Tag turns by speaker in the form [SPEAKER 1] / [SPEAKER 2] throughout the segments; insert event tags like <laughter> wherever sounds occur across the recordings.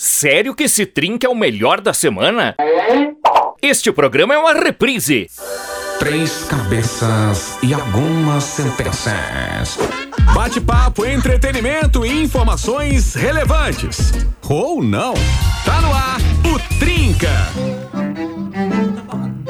[SPEAKER 1] Sério que esse trinque é o melhor da semana? Este programa é uma reprise.
[SPEAKER 2] Três cabeças e algumas sentenças.
[SPEAKER 3] Bate-papo, entretenimento e informações relevantes. Ou não. Tá no ar o Trinca.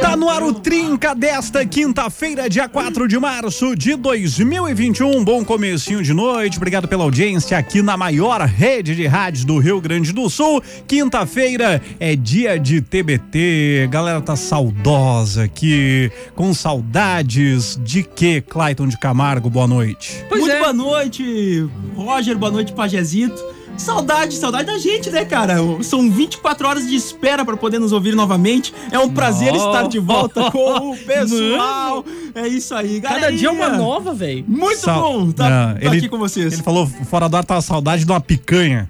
[SPEAKER 4] Tá no ar o Trinca desta quinta-feira, dia 4 de março de 2021. Bom comecinho de noite. Obrigado pela audiência aqui na maior rede de rádios do Rio Grande do Sul. Quinta-feira é dia de TBT. A Galera tá saudosa aqui, com saudades de quê, Clayton de Camargo? Boa noite.
[SPEAKER 5] Pois Muito boa noite, Roger, boa noite, Pajezito. Saudade, saudade da gente, né, cara? São 24 horas de espera pra poder nos ouvir novamente. É um prazer estar de volta com o pessoal. É isso aí, galera.
[SPEAKER 6] Cada dia é uma nova, velho.
[SPEAKER 5] Muito
[SPEAKER 4] Sal-
[SPEAKER 5] bom estar
[SPEAKER 4] Ah, ele-
[SPEAKER 5] aqui com vocês.
[SPEAKER 4] Ele falou fora do ar, tá saudade de uma picanha,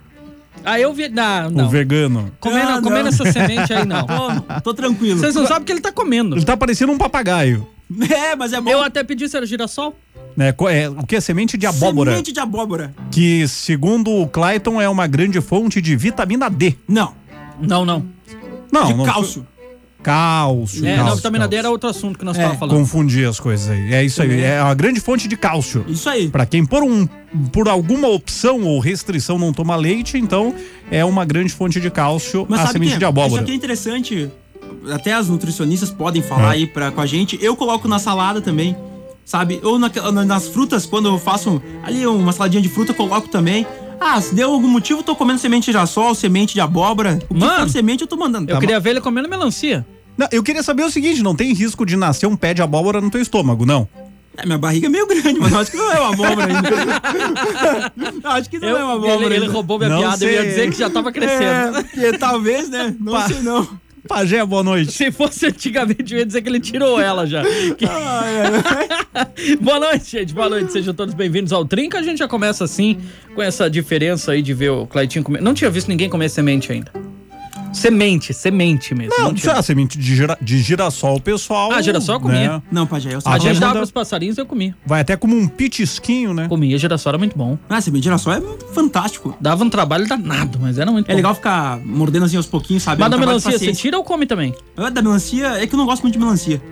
[SPEAKER 6] Aí eu vi. Não, não.
[SPEAKER 4] o vegano.
[SPEAKER 6] Comendo,
[SPEAKER 5] Ah, não.
[SPEAKER 6] comendo essa semente
[SPEAKER 5] <laughs>
[SPEAKER 6] aí, não.
[SPEAKER 5] Tô, tô tranquilo.
[SPEAKER 6] Vocês não sabem o que ele tá comendo.
[SPEAKER 4] Ele tá parecendo um papagaio.
[SPEAKER 5] É, mas é bom.
[SPEAKER 6] Eu até pedi se era girassol.
[SPEAKER 4] Né? Co- é, o que é semente de abóbora?
[SPEAKER 5] Semente de abóbora.
[SPEAKER 4] que, segundo o Clayton, é uma grande fonte de vitamina D.
[SPEAKER 5] Não,
[SPEAKER 6] Não, não.
[SPEAKER 4] Não,
[SPEAKER 5] de
[SPEAKER 4] não.
[SPEAKER 5] cálcio.
[SPEAKER 4] Cálcio.
[SPEAKER 6] É,
[SPEAKER 4] cálcio,
[SPEAKER 6] não, vitamina D
[SPEAKER 4] cálcio. É,
[SPEAKER 6] era outro assunto que
[SPEAKER 5] É.
[SPEAKER 6] nós estávamos falando.
[SPEAKER 4] Confundi as coisas aí. É isso aí. É uma grande fonte de cálcio.
[SPEAKER 5] Isso aí.
[SPEAKER 4] Pra quem por um por alguma opção ou restrição não toma leite, então é uma grande fonte de cálcio
[SPEAKER 5] Mas
[SPEAKER 6] Ah,
[SPEAKER 4] a
[SPEAKER 5] sabe
[SPEAKER 4] semente
[SPEAKER 5] que
[SPEAKER 4] de
[SPEAKER 5] Isso
[SPEAKER 4] abóbora.
[SPEAKER 5] aqui é interessante. Até as nutricionistas podem falar
[SPEAKER 4] É.
[SPEAKER 5] aí pra, com a gente. Eu coloco na salada também, sabe? Ou na- na- nas frutas, quando eu faço ali uma saladinha de fruta, eu coloco também. Ah, se deu algum motivo, eu tô comendo semente de girassol, semente de abóbora. O que
[SPEAKER 6] Mano,
[SPEAKER 5] for semente, eu tô mandando.
[SPEAKER 6] Eu
[SPEAKER 5] Tá,
[SPEAKER 6] queria ver ele comendo melancia.
[SPEAKER 4] Não, eu queria saber o seguinte, não tem risco de nascer um pé de abóbora no teu estômago, não?
[SPEAKER 5] mas- É, minha barriga é meio grande, mas eu acho que não é uma abóbora ainda. <laughs> Eu acho que não
[SPEAKER 6] Eu-
[SPEAKER 5] é uma abóbora
[SPEAKER 6] ele, ele
[SPEAKER 5] ainda.
[SPEAKER 6] roubou minha
[SPEAKER 4] Não
[SPEAKER 6] piada. Eu ia
[SPEAKER 4] sei.
[SPEAKER 6] dizer que já tava
[SPEAKER 5] É,
[SPEAKER 6] crescendo.
[SPEAKER 5] porque talvez, né?
[SPEAKER 6] <laughs>
[SPEAKER 5] Não
[SPEAKER 4] Pá.
[SPEAKER 5] sei não.
[SPEAKER 4] Pajé, boa noite.
[SPEAKER 6] Se fosse antigamente, eu ia dizer que ele tirou
[SPEAKER 5] <laughs>
[SPEAKER 6] ela já. Que-
[SPEAKER 5] Ah, é.
[SPEAKER 6] <laughs> Boa noite, gente. Boa noite. Sejam todos bem-vindos ao Trinca. A gente já começa assim, com essa diferença aí de ver o Claitinho comer. Não tinha visto ninguém comer semente ainda. Semente, semente mesmo.
[SPEAKER 4] Não, é
[SPEAKER 6] Não tinha.
[SPEAKER 4] a semente de, gira- de girassol, pessoal.
[SPEAKER 6] Ah, girassol eu comia.
[SPEAKER 5] Não, é Pajé, eu sei.
[SPEAKER 4] Ah,
[SPEAKER 6] A
[SPEAKER 4] Arruda-
[SPEAKER 6] gente dava pros passarinhos, eu comia.
[SPEAKER 4] Vai até como um pitisquinho, né?
[SPEAKER 6] Comia, girassol era muito bom.
[SPEAKER 5] Ah, semente de girassol é fantástico.
[SPEAKER 6] Dava um trabalho danado, mas era muito
[SPEAKER 5] É
[SPEAKER 6] bom.
[SPEAKER 5] legal ficar mordendo assim aos pouquinhos, sabe?
[SPEAKER 6] Mas
[SPEAKER 5] É um
[SPEAKER 6] da
[SPEAKER 5] trabalho de
[SPEAKER 6] melancia, você
[SPEAKER 5] paciência.
[SPEAKER 6] tira ou come também?
[SPEAKER 5] Ah, Da melancia, é que eu não gosto muito de melancia.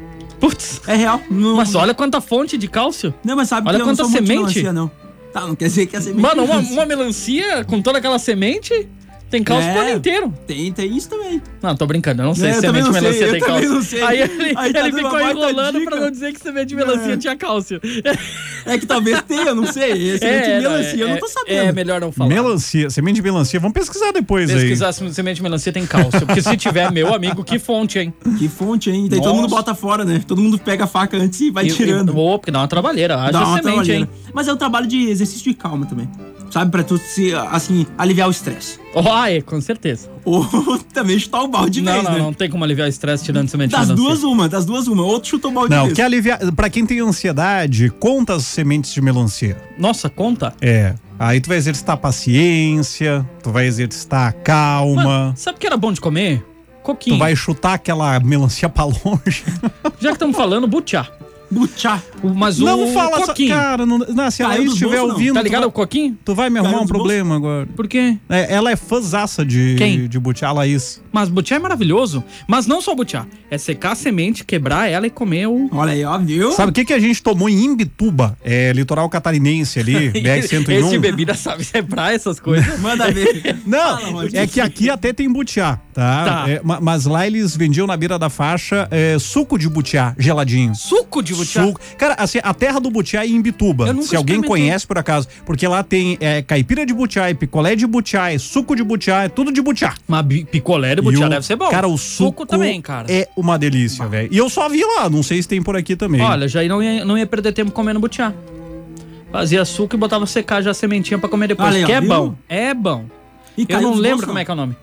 [SPEAKER 6] Putz.
[SPEAKER 5] É real. Não,
[SPEAKER 6] Mas olha quanta fonte de
[SPEAKER 5] <laughs>
[SPEAKER 6] cálcio.
[SPEAKER 5] Não, mas sabe
[SPEAKER 6] olha
[SPEAKER 5] que eu não
[SPEAKER 6] quanta
[SPEAKER 5] sou muito de
[SPEAKER 6] semente.
[SPEAKER 5] melancia, não. Tá, não quer dizer que a semente...
[SPEAKER 6] Mano, uma, uma melancia com toda aquela semente tem cálcio
[SPEAKER 5] É.
[SPEAKER 6] pro ano inteiro.
[SPEAKER 5] Tem, tem isso também.
[SPEAKER 6] Não, tô brincando, eu não sei
[SPEAKER 5] É,
[SPEAKER 6] se
[SPEAKER 5] eu também
[SPEAKER 6] semente de
[SPEAKER 5] não sei,
[SPEAKER 6] melancia
[SPEAKER 5] eu
[SPEAKER 6] tem
[SPEAKER 5] também
[SPEAKER 6] cálcio.
[SPEAKER 5] não sei.
[SPEAKER 6] Aí é- ele,
[SPEAKER 5] Aí tá
[SPEAKER 6] ele
[SPEAKER 5] dando
[SPEAKER 6] ficou
[SPEAKER 5] uma baita
[SPEAKER 6] enrolando
[SPEAKER 5] dica.
[SPEAKER 6] pra não dizer que semente de melancia
[SPEAKER 5] É.
[SPEAKER 6] tinha cálcio.
[SPEAKER 5] É que talvez tenha, não sei. É semente de melancia, eu não tô
[SPEAKER 6] É,
[SPEAKER 5] sabendo.
[SPEAKER 6] melhor não falar.
[SPEAKER 4] Melancia, semente de melancia. Vamos pesquisar depois
[SPEAKER 6] Pesquisar se semente de melancia tem cálcio. Porque se tiver, meu amigo, que fonte, hein?
[SPEAKER 5] Que fonte, hein? Daí todo mundo
[SPEAKER 6] Nossa.
[SPEAKER 5] bota fora, né? Todo mundo pega a faca antes e vai
[SPEAKER 6] E- e-
[SPEAKER 5] tirando.
[SPEAKER 6] Ô, porque dá uma trabalheira. Acha
[SPEAKER 5] Dá uma
[SPEAKER 6] semente,
[SPEAKER 5] trabalheira.
[SPEAKER 6] hein?
[SPEAKER 5] Mas é um trabalho de exercício de calma também. Sabe? Pra tu se, assim, aliviar o estresse.
[SPEAKER 6] Ó, é, com certeza.
[SPEAKER 5] Ou <laughs> também chutar o balde de
[SPEAKER 6] não,
[SPEAKER 5] vez,
[SPEAKER 6] não,
[SPEAKER 5] né?
[SPEAKER 6] não tem como aliviar o estresse tirando semente
[SPEAKER 5] Das
[SPEAKER 6] de melancia.
[SPEAKER 5] duas, uma. Das duas, uma. Outro chutou o balde de
[SPEAKER 4] Não,
[SPEAKER 5] vez.
[SPEAKER 4] quer aliviar. Pra quem tem ansiedade, conta as sementes de melancia.
[SPEAKER 6] Nossa, conta.
[SPEAKER 4] É. Aí tu vai exercitar a paciência, tu vai exercitar a
[SPEAKER 6] Mano,
[SPEAKER 4] calma,
[SPEAKER 6] sabe o que era bom de comer?
[SPEAKER 4] tu
[SPEAKER 6] Coquinho.
[SPEAKER 4] vai chutar aquela melancia pra
[SPEAKER 6] <laughs>
[SPEAKER 4] longe.
[SPEAKER 6] Já que estamos falando, butiá.
[SPEAKER 5] Butchá.
[SPEAKER 6] O- Mas o
[SPEAKER 4] não fala essa
[SPEAKER 6] coquinho.
[SPEAKER 5] é
[SPEAKER 4] cara. Não, não, se ela
[SPEAKER 5] Caiu dos
[SPEAKER 4] estiver
[SPEAKER 5] bolsos, não.
[SPEAKER 4] ouvindo,
[SPEAKER 6] Tá
[SPEAKER 4] tu,
[SPEAKER 6] ligado o
[SPEAKER 4] vai,
[SPEAKER 6] coquinho?
[SPEAKER 4] tu vai me
[SPEAKER 5] Caiu
[SPEAKER 4] arrumar um
[SPEAKER 5] dos bolsos?
[SPEAKER 4] problema agora.
[SPEAKER 6] Por quê?
[SPEAKER 4] É, ela é fãzaça de,
[SPEAKER 6] Quem?
[SPEAKER 4] de butiá, a Laís.
[SPEAKER 6] Mas butiá é maravilhoso. Mas não só butiá. É secar a semente, quebrar ela e comer o...
[SPEAKER 5] Olha aí, ó, viu?
[SPEAKER 4] Sabe o que, que a gente tomou em Imbituba? É, litoral catarinense
[SPEAKER 6] <laughs>
[SPEAKER 4] ali,
[SPEAKER 6] Esse
[SPEAKER 4] BR-101.
[SPEAKER 6] bebida sabe separar
[SPEAKER 4] <laughs>
[SPEAKER 6] essas coisas.
[SPEAKER 5] Manda ver.
[SPEAKER 6] <laughs>
[SPEAKER 4] Não,
[SPEAKER 5] Fala, Maurício.
[SPEAKER 4] é que aqui até tem butiá, tá?
[SPEAKER 6] Tá.
[SPEAKER 4] É, ma- mas lá eles vendiam na beira da faixa é, suco de butiá geladinho.
[SPEAKER 6] Suco de butiá.
[SPEAKER 4] Suco. Cara, assim, a terra do butiá é em Imbituba.
[SPEAKER 6] Eu nunca
[SPEAKER 4] Se alguém
[SPEAKER 6] experimentei.
[SPEAKER 4] conhece, por acaso. Porque lá tem é, caipira de butiá, é picolé de butiá, é suco de butiá, é tudo de butiá.
[SPEAKER 6] Mas bi- picolé de
[SPEAKER 4] E
[SPEAKER 6] butiá
[SPEAKER 4] o-
[SPEAKER 6] deve ser bom.
[SPEAKER 4] Cara, o suco,
[SPEAKER 6] também, cara.
[SPEAKER 4] é uma delícia, velho. E eu só vi lá, não sei se tem por aqui também. <laughs>
[SPEAKER 6] Olha, já não ia, não ia perder tempo comendo butiá. Fazia suco e botava secar já a sementinha pra comer depois.
[SPEAKER 5] Olha aí, ó,
[SPEAKER 6] que é
[SPEAKER 5] viu?
[SPEAKER 6] bom. É bom.
[SPEAKER 5] E
[SPEAKER 6] Eu não lembro como é que é o nome.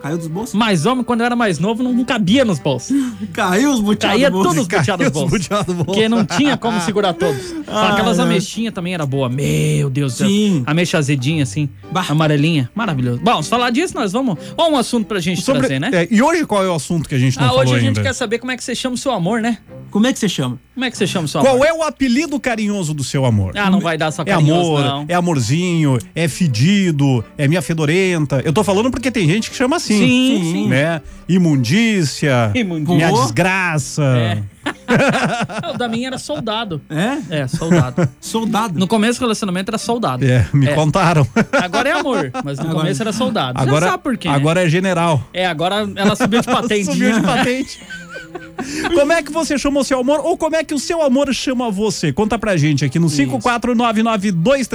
[SPEAKER 5] Caiu dos bolsos?
[SPEAKER 6] Mas homem, quando eu era mais novo, não cabia
[SPEAKER 4] <laughs>
[SPEAKER 6] nos bolsos.
[SPEAKER 5] Caiu os boteados.
[SPEAKER 6] Caía todos os butiá
[SPEAKER 4] Caiu
[SPEAKER 6] nos
[SPEAKER 4] os
[SPEAKER 6] bolsos.
[SPEAKER 4] butiá Ah, do bolso.
[SPEAKER 6] Porque não tinha como segurar
[SPEAKER 4] <laughs>
[SPEAKER 6] todos. Aquelas ameixinhas também era boa. Meu Deus do céu.
[SPEAKER 5] Sim.
[SPEAKER 6] Ameixa azedinha, assim.
[SPEAKER 5] Bah.
[SPEAKER 6] Amarelinha. Maravilhoso. Bom, se falar disso, nós vamos. Ó, um assunto pra gente
[SPEAKER 4] Sobre-
[SPEAKER 6] trazer, né?
[SPEAKER 4] é, e hoje qual é o assunto que a gente não
[SPEAKER 6] Ah,
[SPEAKER 4] falou
[SPEAKER 6] hoje a gente
[SPEAKER 4] ainda?
[SPEAKER 6] quer saber como é que você chama o seu amor, né?
[SPEAKER 5] Como é que você chama?
[SPEAKER 6] Como é que você chama sua
[SPEAKER 4] Qual
[SPEAKER 6] amor?
[SPEAKER 4] é o apelido carinhoso do seu amor?
[SPEAKER 6] Ah, não vai dar essa
[SPEAKER 4] É
[SPEAKER 6] carinhoso,
[SPEAKER 4] amor,
[SPEAKER 6] não.
[SPEAKER 4] é amorzinho, é fedido, é minha fedorenta. Eu tô falando porque tem gente que chama assim.
[SPEAKER 6] Sim, sim.
[SPEAKER 4] Né? Imundícia,
[SPEAKER 6] Imundícia.
[SPEAKER 4] minha
[SPEAKER 5] Pulou?
[SPEAKER 4] desgraça.
[SPEAKER 6] Ah, O da minha era soldado.
[SPEAKER 5] É?
[SPEAKER 6] É,
[SPEAKER 4] <laughs>
[SPEAKER 6] soldado.
[SPEAKER 5] Soldado.
[SPEAKER 6] No começo do relacionamento era soldado.
[SPEAKER 4] É, me contaram.
[SPEAKER 6] Agora é amor, mas no
[SPEAKER 5] Agora-
[SPEAKER 6] começo era
[SPEAKER 4] <laughs>
[SPEAKER 6] soldado.
[SPEAKER 4] Agora,
[SPEAKER 6] Já sabe por quê. né?
[SPEAKER 4] agora é general.
[SPEAKER 6] É, agora ela
[SPEAKER 4] <laughs>
[SPEAKER 6] subiu de patente.
[SPEAKER 4] Subiu de patente. <laughs> Como é que você chama o seu amor ou como é que o seu amor chama você? Conta pra gente aqui no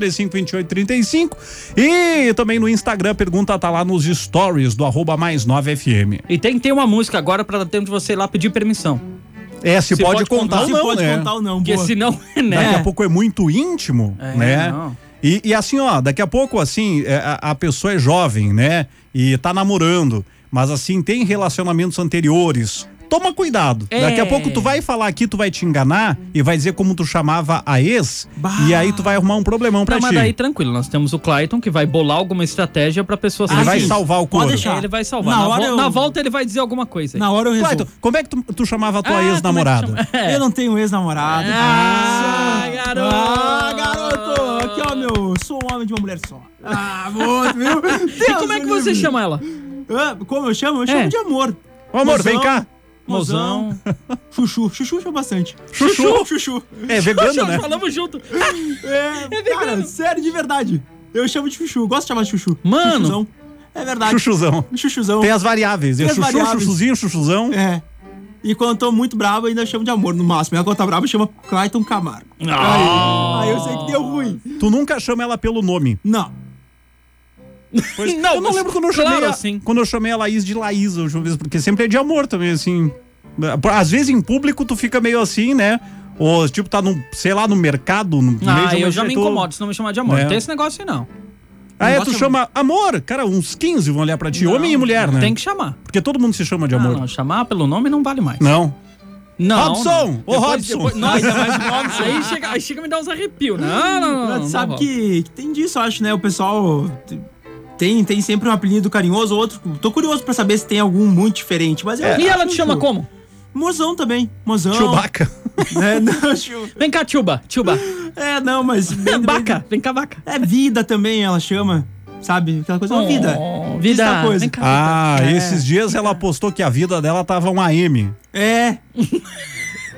[SPEAKER 4] 54992352835 e também no Instagram, pergunta tá lá nos stories do arroba mais 9FM.
[SPEAKER 6] <laughs> E tem que ter uma música agora pra dar tempo de você ir lá pedir permissão.
[SPEAKER 4] É, se,
[SPEAKER 6] Se
[SPEAKER 4] pode,
[SPEAKER 6] pode
[SPEAKER 4] contar,
[SPEAKER 6] contar,
[SPEAKER 4] ou
[SPEAKER 5] se
[SPEAKER 4] não,
[SPEAKER 5] pode
[SPEAKER 4] né?
[SPEAKER 5] contar ou não,
[SPEAKER 6] é. Porque
[SPEAKER 5] boa.
[SPEAKER 6] senão,
[SPEAKER 4] Daqui a
[SPEAKER 6] né?
[SPEAKER 4] pouco é muito íntimo,
[SPEAKER 6] É,
[SPEAKER 4] né?
[SPEAKER 6] não.
[SPEAKER 4] E, e assim, ó, daqui a pouco, assim, é, a, a pessoa é jovem, né? E tá namorando, mas assim, tem relacionamentos anteriores. Toma cuidado.
[SPEAKER 6] É.
[SPEAKER 4] Daqui a pouco tu vai falar aqui, tu vai te enganar e vai dizer como tu chamava a ex.
[SPEAKER 5] Bah.
[SPEAKER 4] E aí tu vai arrumar um problemão pra
[SPEAKER 6] Não, mas
[SPEAKER 4] ti.
[SPEAKER 6] daí tranquilo, nós temos o Clayton que vai bolar alguma estratégia pra pessoa
[SPEAKER 4] Ele
[SPEAKER 5] Ah,
[SPEAKER 4] vai
[SPEAKER 5] sim.
[SPEAKER 4] salvar o
[SPEAKER 5] Pode
[SPEAKER 4] couro.
[SPEAKER 5] deixar.
[SPEAKER 6] É, ele vai salvar.
[SPEAKER 5] Na
[SPEAKER 6] Na,
[SPEAKER 5] hora
[SPEAKER 6] vo-
[SPEAKER 5] eu-
[SPEAKER 6] na volta ele vai dizer alguma coisa. aí.
[SPEAKER 5] Na hora eu
[SPEAKER 4] Clayton,
[SPEAKER 5] resolvo.
[SPEAKER 4] como é que tu, tu chamava a tua
[SPEAKER 6] Ah,
[SPEAKER 4] ex-namorada?
[SPEAKER 6] como é que chama? É.
[SPEAKER 5] Eu não tenho ex-namorado.
[SPEAKER 6] Ah,
[SPEAKER 5] Nossa.
[SPEAKER 6] garoto.
[SPEAKER 5] Ah, garoto! Aqui, ó, meu, sou um homem de uma mulher só. Ah, muito, viu?
[SPEAKER 6] <laughs> E como é que você chama ela?
[SPEAKER 5] como eu chamo? Eu chamo
[SPEAKER 6] É.
[SPEAKER 5] de amor.
[SPEAKER 4] Ô, amor, vem
[SPEAKER 5] Mozão.
[SPEAKER 4] cá.
[SPEAKER 5] Mozão. <laughs> Chuchu. Chuchu chama bastante.
[SPEAKER 4] Chuchu?
[SPEAKER 5] Chuchu.
[SPEAKER 4] É vegano, né?
[SPEAKER 6] Falamos junto.
[SPEAKER 5] É, cara,
[SPEAKER 6] verdade.
[SPEAKER 5] sério, de verdade. Eu chamo de chuchu. Gosto de chamar de chuchu.
[SPEAKER 6] Mano.
[SPEAKER 5] Chuchuzão. É verdade.
[SPEAKER 4] Chuchuzão.
[SPEAKER 5] Chuchuzão.
[SPEAKER 4] Tem as variáveis. É
[SPEAKER 5] Tem as
[SPEAKER 4] chuchu,
[SPEAKER 5] variáveis.
[SPEAKER 4] chuchuzinho, chuchuzão.
[SPEAKER 5] É. E quando eu tô muito bravo, ainda chamo de amor, no máximo. E quando tá bravo, chama Clayton Camargo.
[SPEAKER 4] Ah,
[SPEAKER 5] Aí, aí eu sei que deu ruim.
[SPEAKER 4] Tu nunca chama ela pelo nome.
[SPEAKER 5] Não.
[SPEAKER 4] Pois-
[SPEAKER 6] Não,
[SPEAKER 4] eu não
[SPEAKER 6] mas
[SPEAKER 4] lembro quando eu
[SPEAKER 6] claro,
[SPEAKER 4] chamei a,
[SPEAKER 6] assim.
[SPEAKER 4] quando eu chamei a Laís de Laís, eu vez, porque sempre é de amor também, assim. Às vezes em público tu fica meio assim, né? Ou tipo, tá num, sei lá, no mercado, no meio
[SPEAKER 6] Ah,
[SPEAKER 4] de um uma
[SPEAKER 6] eu já me
[SPEAKER 4] jeito-
[SPEAKER 6] incomodo se não me chamar de amor.
[SPEAKER 4] É.
[SPEAKER 6] Não tem esse negócio aí, não.
[SPEAKER 4] Aí
[SPEAKER 5] Não
[SPEAKER 4] Ah, é, tu
[SPEAKER 5] gosta
[SPEAKER 4] chama amor, cara, uns 15 vão olhar pra ti, homem e mulher, né?
[SPEAKER 6] Tem que chamar.
[SPEAKER 4] Porque todo mundo se chama de
[SPEAKER 6] Ah,
[SPEAKER 4] amor.
[SPEAKER 6] não, chamar pelo nome não vale mais.
[SPEAKER 4] não.
[SPEAKER 6] Não.
[SPEAKER 4] Robson!
[SPEAKER 6] não.
[SPEAKER 4] Ô, Robson! <laughs>
[SPEAKER 6] não, ainda mais Robson. Aí chega, aí chega a me dar uns arrepios. né? Ah, Não, não, não. não,
[SPEAKER 5] Mas
[SPEAKER 6] não
[SPEAKER 5] sabe
[SPEAKER 6] rola.
[SPEAKER 5] que, que tem disso, eu acho, né? O pessoal te- tem, tem sempre um apelido carinhoso, outro. Tô curioso pra saber se tem algum muito diferente, mas eu
[SPEAKER 6] É. E
[SPEAKER 4] é
[SPEAKER 5] acho
[SPEAKER 6] ela te chama
[SPEAKER 5] que- é
[SPEAKER 6] como?
[SPEAKER 5] Mozão também. Mozão.
[SPEAKER 4] Chewbacca.
[SPEAKER 6] <laughs>
[SPEAKER 5] É, não, <laughs> chu-
[SPEAKER 6] Vem cá, Tchuba. Tchuba.
[SPEAKER 5] é, não,
[SPEAKER 6] <laughs>
[SPEAKER 5] mas. bem- bem-
[SPEAKER 6] Baca. Vem cá, vaca.
[SPEAKER 5] É vida também, ela chama. Sabe? Aquela coisa. é vida.
[SPEAKER 6] Oh,
[SPEAKER 5] Essa
[SPEAKER 6] vida.
[SPEAKER 5] coisa.
[SPEAKER 6] Vem cá.
[SPEAKER 4] Ah,
[SPEAKER 5] É.
[SPEAKER 4] esses dias ela postou que a vida dela tava um AM.
[SPEAKER 5] É.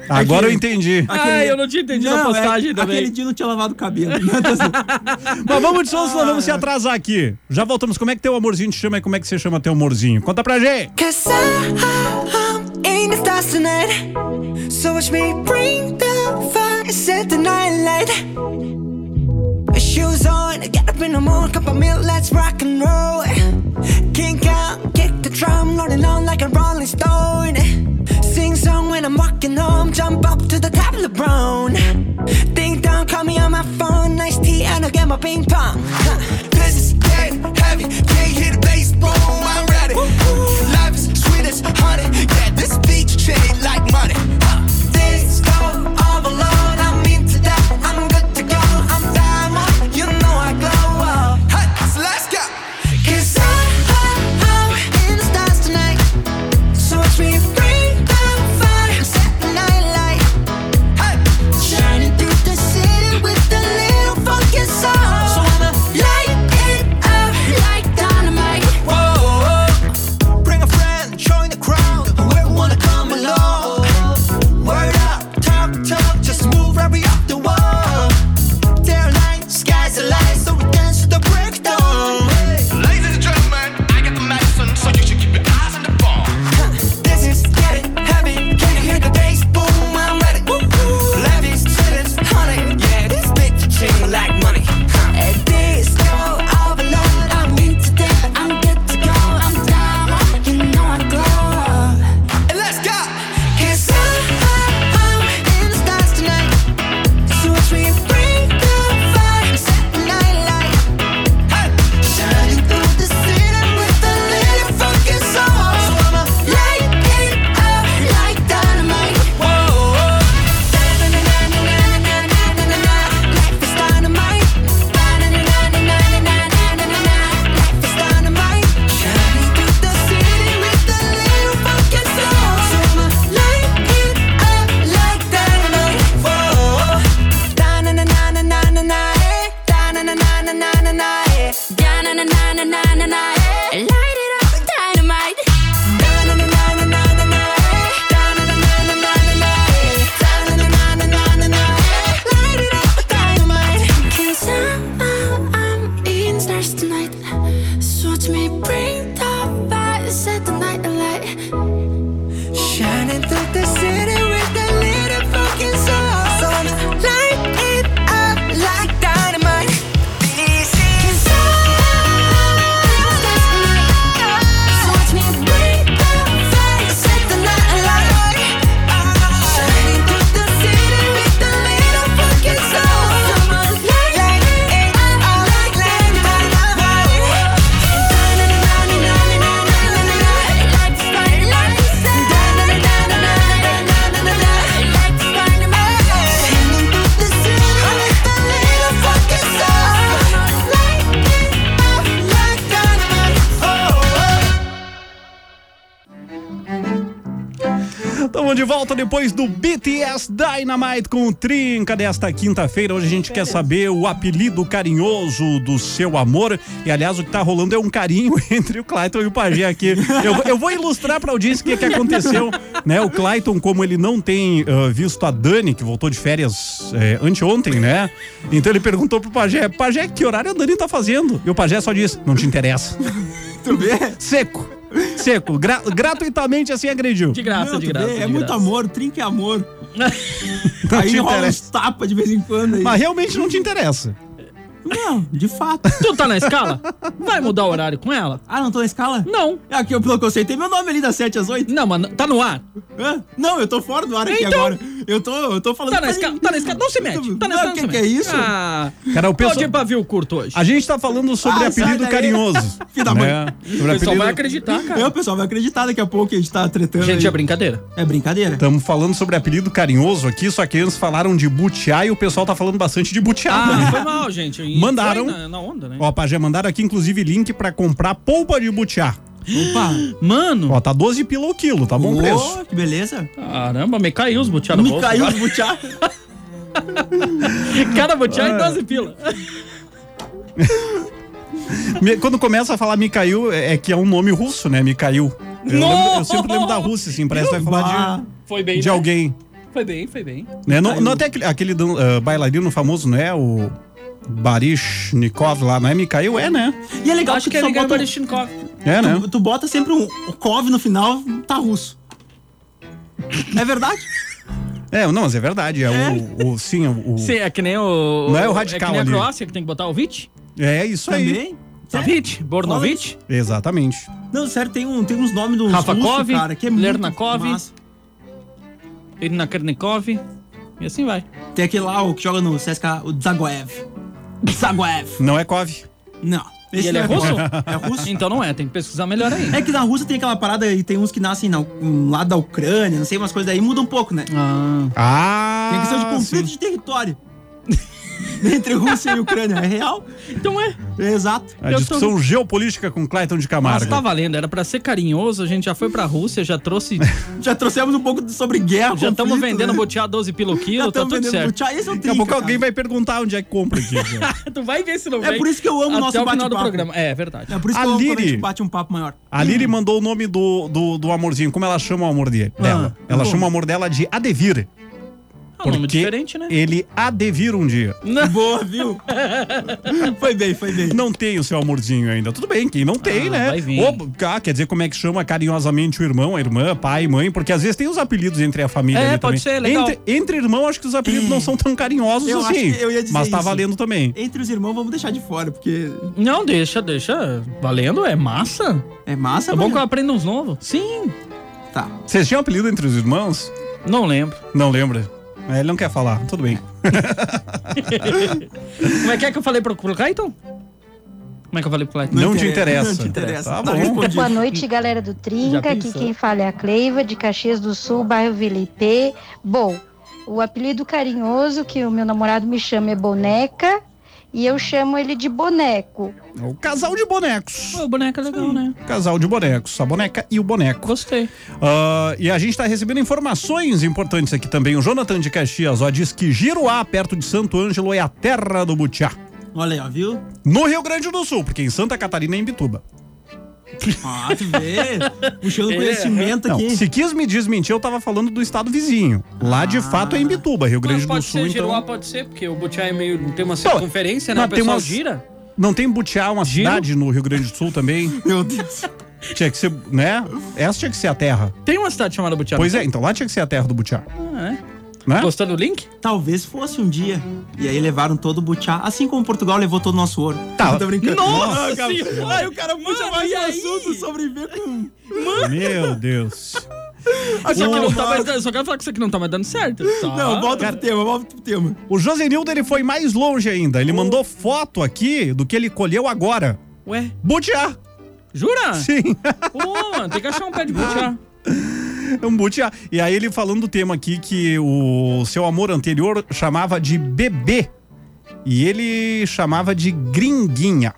[SPEAKER 4] Agora eu
[SPEAKER 5] que-
[SPEAKER 4] entendi.
[SPEAKER 6] Ah, eu não tinha entendido a
[SPEAKER 5] é,
[SPEAKER 6] postagem também.
[SPEAKER 5] Aquele dia eu não tinha lavado o cabelo. <laughs> Não, tá certo.
[SPEAKER 4] Mas vamos de som, senão vamos se atrasar aqui. Já voltamos. Como é que teu amorzinho te chama e como é que você chama teu amorzinho? Conta pra gente.
[SPEAKER 7] Cause I'm in the stars tonight. So watch me bring the fire, set the night light. Shoes on, get up in the morning, cup of milk, let's rock and roll. Kink out, kick the drum, rolling on like a rolling stone. Sing song when I'm walking home, jump up to the top of the brown. Ding dong, call me on my phone, nice tea, and I'll get my ping pong. Huh. This is dead heavy, can't hit the bass, boom, I'm ready. Life is sweet as honey, yeah, this beach shade like money. Huh. Disco, all alone, I'm into that, I'm good to go, I'm diamond, you know I glow up. Hey, so let's go. Cause I, I, I'm in the stars tonight, so watch me bring the fire, set the night light. Hey,
[SPEAKER 4] Tamo de volta depois do BTS Dynamite com o Trinca desta quinta-feira. Hoje a gente quer saber o apelido carinhoso do seu amor. E aliás, o que tá rolando é um carinho <laughs> entre o Clayton e o Pajé aqui. Eu, vou- eu vou ilustrar pra audiência o que, que aconteceu. Né? O Clayton, como ele não tem ah, visto a Dani, que voltou de férias eh, anteontem, né? Então ele perguntou pro Pajé: Pajé, que horário a Dani tá fazendo? E o Pajé só disse: Não te interessa.
[SPEAKER 5] Tu vê?
[SPEAKER 4] Seco. Seco. Gra- gratuitamente assim agrediu.
[SPEAKER 6] De graça,
[SPEAKER 5] Não,
[SPEAKER 6] de
[SPEAKER 5] tu
[SPEAKER 6] graça.
[SPEAKER 5] vê,
[SPEAKER 6] de
[SPEAKER 5] É muito <laughs>
[SPEAKER 6] graça.
[SPEAKER 5] amor, trinque é amor.
[SPEAKER 4] Não
[SPEAKER 5] Aí
[SPEAKER 4] te
[SPEAKER 5] rola
[SPEAKER 4] interessa.
[SPEAKER 5] uns tapas de vez em quando aí.
[SPEAKER 4] Mas realmente não te interessa.
[SPEAKER 5] Não, de fato.
[SPEAKER 6] Tu tá na escala? Vai mudar o horário com ela?
[SPEAKER 5] Ah, não tô na escala?
[SPEAKER 6] Não.
[SPEAKER 5] É aqui, pelo que eu sei, tem meu nome ali das 7 às 8.
[SPEAKER 6] Não, mano, tá no ar.
[SPEAKER 5] Hã? Não, eu tô fora do ar aqui
[SPEAKER 6] Então?
[SPEAKER 5] agora. Eu tô, eu tô falando.
[SPEAKER 6] Tá na
[SPEAKER 5] pra
[SPEAKER 6] escala.
[SPEAKER 5] mim.
[SPEAKER 6] Tá na escala. Não se mete. Tá
[SPEAKER 5] Ah,
[SPEAKER 6] na escala.
[SPEAKER 5] o
[SPEAKER 6] não
[SPEAKER 5] que
[SPEAKER 6] se
[SPEAKER 5] que é
[SPEAKER 6] mete.
[SPEAKER 5] isso?
[SPEAKER 6] Ah,
[SPEAKER 4] Cara, o
[SPEAKER 6] pode
[SPEAKER 4] pessoal.
[SPEAKER 6] ir pavio curto hoje.
[SPEAKER 4] A gente tá falando sobre
[SPEAKER 5] Ah, sai
[SPEAKER 4] apelido
[SPEAKER 5] daí.
[SPEAKER 6] <laughs>
[SPEAKER 4] carinhoso.
[SPEAKER 5] Filho da
[SPEAKER 4] né? Sobre
[SPEAKER 5] mãe.
[SPEAKER 6] O pessoal
[SPEAKER 4] apelido.
[SPEAKER 6] vai acreditar,
[SPEAKER 5] Eu,
[SPEAKER 6] cara.
[SPEAKER 5] o pessoal vai acreditar daqui a pouco que a gente tá tretando.
[SPEAKER 6] Gente,
[SPEAKER 5] aí.
[SPEAKER 6] é Tá. brincadeira.
[SPEAKER 5] é brincadeira.
[SPEAKER 4] Estamos falando sobre apelido carinhoso aqui, só que eles falaram de butiá e o pessoal tá falando bastante de butiá.
[SPEAKER 6] Ah,
[SPEAKER 4] também.
[SPEAKER 6] foi mal, gente. E
[SPEAKER 4] Mandaram.
[SPEAKER 6] foi Na, na onda, né?
[SPEAKER 4] Ó, Pajé, mandaram aqui, inclusive, link pra comprar polpa de butiá.
[SPEAKER 5] Opa!
[SPEAKER 6] Mano,
[SPEAKER 4] Ó, tá 12 pila o quilo, tá bom
[SPEAKER 5] Ô,
[SPEAKER 4] preço.
[SPEAKER 5] que beleza!
[SPEAKER 6] caramba, me caiu os boteados
[SPEAKER 4] Tá
[SPEAKER 6] no
[SPEAKER 5] Me
[SPEAKER 6] bolso.
[SPEAKER 5] caiu os butiá.
[SPEAKER 6] cara. <laughs> Cada
[SPEAKER 5] Ah.
[SPEAKER 6] boteado é 12 pila.
[SPEAKER 4] Me- Quando começa a falar Mikhail, é é que é um nome russo, né? Mikhail. Eu,
[SPEAKER 6] Não!
[SPEAKER 4] lembro- eu sempre lembro da Rússia, assim, parece que <laughs> vai falar
[SPEAKER 5] Bah.
[SPEAKER 6] Foi
[SPEAKER 4] de,
[SPEAKER 6] bem,
[SPEAKER 4] de
[SPEAKER 6] né?
[SPEAKER 4] alguém.
[SPEAKER 6] Foi bem, foi bem.
[SPEAKER 4] Né? Não, não tem aquele, aquele dan- ah, bailarino famoso, não é? O Barishnikov lá, não é Mikhail? É, né?
[SPEAKER 5] E é legal
[SPEAKER 6] Acho que
[SPEAKER 5] que
[SPEAKER 6] é
[SPEAKER 5] tu só
[SPEAKER 6] ligar
[SPEAKER 5] bota
[SPEAKER 6] para
[SPEAKER 5] um-
[SPEAKER 6] Shinkoff.
[SPEAKER 4] É, né?
[SPEAKER 6] Então,
[SPEAKER 5] tu, tu bota sempre um um Kov no final, tá russo. É verdade?
[SPEAKER 4] É, não, mas é verdade. É, O, o- Sim, o. o-
[SPEAKER 6] Sim, é que nem o.
[SPEAKER 4] Não é o radical
[SPEAKER 6] É que nem
[SPEAKER 4] ali.
[SPEAKER 6] a Croácia que tem que botar o Vit.
[SPEAKER 4] É isso aí.
[SPEAKER 5] Também? Sério?
[SPEAKER 6] Savit, Bornovic,
[SPEAKER 4] Exatamente.
[SPEAKER 5] Não, sério, tem, um, tem uns nomes do
[SPEAKER 6] Rafakov,
[SPEAKER 5] cara, que é muito
[SPEAKER 6] Lernakov.
[SPEAKER 5] massa.
[SPEAKER 6] Irinakernikov. E assim vai.
[SPEAKER 5] Tem aquele lá, o que joga no CSK, o Zagoev. Zagoev.
[SPEAKER 4] Não é Kov.
[SPEAKER 5] Não.
[SPEAKER 6] E ele é
[SPEAKER 5] não
[SPEAKER 6] russo?
[SPEAKER 5] É russo?
[SPEAKER 6] Então não é, tem que pesquisar melhor ainda.
[SPEAKER 5] É que na Rússia tem aquela parada e tem uns que nascem na, um, lá da Ucrânia, não sei, umas coisas aí muda um pouco, né?
[SPEAKER 6] Ah,
[SPEAKER 4] Ah!
[SPEAKER 5] Tem questão de conflito de território. <laughs> Entre Rússia e Ucrânia. É real?
[SPEAKER 6] então é.
[SPEAKER 5] É exato.
[SPEAKER 4] A
[SPEAKER 6] Eu
[SPEAKER 4] discussão geopolítica com Clayton de
[SPEAKER 6] Mas
[SPEAKER 4] Camargo.
[SPEAKER 6] tá valendo, era pra ser carinhoso, a gente já foi pra Rússia, já
[SPEAKER 5] <laughs>
[SPEAKER 6] trouxe.
[SPEAKER 4] É.
[SPEAKER 5] Já trouxemos um pouco sobre guerra.
[SPEAKER 6] já estamos
[SPEAKER 5] conflito,
[SPEAKER 6] vendendo
[SPEAKER 5] né?
[SPEAKER 6] botear 12 pelo
[SPEAKER 5] Já
[SPEAKER 6] quilo, tá
[SPEAKER 5] estamos
[SPEAKER 6] tudo
[SPEAKER 5] vendendo
[SPEAKER 6] certo.
[SPEAKER 5] butiá. Esse é o
[SPEAKER 4] Daqui a
[SPEAKER 5] trinca,
[SPEAKER 4] pouco
[SPEAKER 5] cara.
[SPEAKER 4] alguém vai perguntar onde é que compra aqui. cara.
[SPEAKER 6] <laughs> tu vai ver se não
[SPEAKER 5] É
[SPEAKER 6] vem
[SPEAKER 5] por isso que eu amo
[SPEAKER 6] até
[SPEAKER 5] nosso
[SPEAKER 6] o final do
[SPEAKER 5] bate-papo.
[SPEAKER 6] programa. É, é verdade.
[SPEAKER 5] É por isso que
[SPEAKER 4] A
[SPEAKER 5] eu amo quando a
[SPEAKER 4] Liri-
[SPEAKER 5] gente bate um papo maior.
[SPEAKER 4] A Lili mandou o nome do, do, do amorzinho. Como ela chama o amor de- dela? ela
[SPEAKER 5] bom.
[SPEAKER 4] chama o amor dela de Adevir.
[SPEAKER 6] Ah, É um nome
[SPEAKER 4] porque
[SPEAKER 6] diferente, né?
[SPEAKER 4] Ele Adevir um dia.
[SPEAKER 5] Boa,
[SPEAKER 4] <laughs>
[SPEAKER 5] viu? foi bem, foi bem.
[SPEAKER 4] Não tem o seu amorzinho ainda. Tudo bem, quem não tem,
[SPEAKER 6] Ah,
[SPEAKER 4] né?
[SPEAKER 6] vai vir.
[SPEAKER 4] Ou, ah, quer dizer como é que chama carinhosamente o irmão, a irmã, pai, mãe, porque às vezes tem os apelidos entre a família.
[SPEAKER 6] É,
[SPEAKER 4] ali
[SPEAKER 6] pode
[SPEAKER 4] também.
[SPEAKER 6] ser, legal.
[SPEAKER 4] Entre, entre irmão, acho que os apelidos não são tão carinhosos
[SPEAKER 5] Eu acho
[SPEAKER 4] assim.
[SPEAKER 5] que eu ia dizer
[SPEAKER 4] mas tá
[SPEAKER 5] isso.
[SPEAKER 4] valendo também.
[SPEAKER 5] Entre os irmãos, vamos deixar de fora, porque
[SPEAKER 6] Não, deixa, deixa. Valendo, é massa.
[SPEAKER 5] é massa,
[SPEAKER 6] É bom que eu
[SPEAKER 5] mano.
[SPEAKER 6] aprenda uns novos. Sim.
[SPEAKER 5] Tá.
[SPEAKER 4] Vocês tinham apelido entre os irmãos?
[SPEAKER 6] Não lembro.
[SPEAKER 4] Não lembra? É, Ele não quer falar, tudo bem.
[SPEAKER 6] Como é que é que eu falei pro, pro Clayton? Como é que eu falei pro Clayton?
[SPEAKER 4] Não, te interessa.
[SPEAKER 5] interessa, não te interessa.
[SPEAKER 4] Tá
[SPEAKER 5] Tá
[SPEAKER 4] bom.
[SPEAKER 5] respondido.
[SPEAKER 8] Boa noite, galera do Trinca.
[SPEAKER 6] Já
[SPEAKER 8] Aqui
[SPEAKER 6] pensou?
[SPEAKER 8] quem fala é a Cleiva, de Caxias do Sul, bairro Vilipe. Bom, o apelido carinhoso que o meu namorado me chama é Boneca e eu chamo ele de Boneco.
[SPEAKER 4] O casal de bonecos.
[SPEAKER 6] Ô, boneca é legal, né?
[SPEAKER 4] Casal de bonecos, a boneca e o boneco.
[SPEAKER 6] Gostei.
[SPEAKER 4] Ah, e a gente está recebendo informações importantes aqui também. O Jonathan de Caxias ó, diz que Giruá, perto de Santo Ângelo, é a terra do butiá.
[SPEAKER 5] Olha aí, ó, viu?
[SPEAKER 4] No Rio Grande do Sul, porque em Santa Catarina é em Bituba.
[SPEAKER 5] Ah, tu vê. Puxando
[SPEAKER 6] É.
[SPEAKER 5] conhecimento
[SPEAKER 4] Não,
[SPEAKER 5] aqui.
[SPEAKER 4] se quis me desmentir, eu tava falando do estado vizinho. Lá
[SPEAKER 5] Ah.
[SPEAKER 4] de fato é em Bituba, Rio Grande do
[SPEAKER 6] pode
[SPEAKER 4] Sul,
[SPEAKER 6] ser,
[SPEAKER 4] então.
[SPEAKER 6] Giroá pode ser, porque o Butiá é meio. tem uma circunferência, né? O
[SPEAKER 4] mas tem
[SPEAKER 6] pessoal
[SPEAKER 4] umas-
[SPEAKER 6] gira.
[SPEAKER 4] Não tem butiá, uma
[SPEAKER 6] Giro?
[SPEAKER 4] cidade no Rio Grande do Sul também.
[SPEAKER 5] <laughs> Meu Deus.
[SPEAKER 4] Tinha que ser, né? Essa tinha que ser a terra.
[SPEAKER 6] Tem uma cidade chamada Butiá.
[SPEAKER 4] Pois é, então lá tinha que ser a terra do butiá,
[SPEAKER 6] Ah, é.
[SPEAKER 4] né?
[SPEAKER 6] Gostou do link?
[SPEAKER 5] Talvez fosse um dia. E aí levaram todo o butiá, assim como Portugal levou todo o nosso ouro.
[SPEAKER 4] Tá.
[SPEAKER 5] Não tô brincando.
[SPEAKER 6] Nossa
[SPEAKER 5] Ah, cara.
[SPEAKER 6] Senhora.
[SPEAKER 5] Ai, o cara puxa
[SPEAKER 6] Mano,
[SPEAKER 5] mais
[SPEAKER 6] Ah, e
[SPEAKER 5] um
[SPEAKER 6] aí?
[SPEAKER 5] assunto sobre ver com... um.
[SPEAKER 4] <laughs> Meu Deus.
[SPEAKER 6] Isso aqui não tá mais dando- Só quero falar que isso aqui não tá mais dando certo. Tá.
[SPEAKER 5] Não, volta pro tema, volta pro tema.
[SPEAKER 4] O Josenildo ele foi mais longe ainda. Ele mandou foto aqui do que ele colheu agora.
[SPEAKER 6] Ué,
[SPEAKER 4] Butiá.
[SPEAKER 6] jura?
[SPEAKER 4] Sim,
[SPEAKER 6] Ô, mano, tem que achar um pé de Butiá.
[SPEAKER 4] é um butiá. E aí ele falando do tema aqui que o seu amor anterior chamava de bebê. E ele chamava de gringuinha.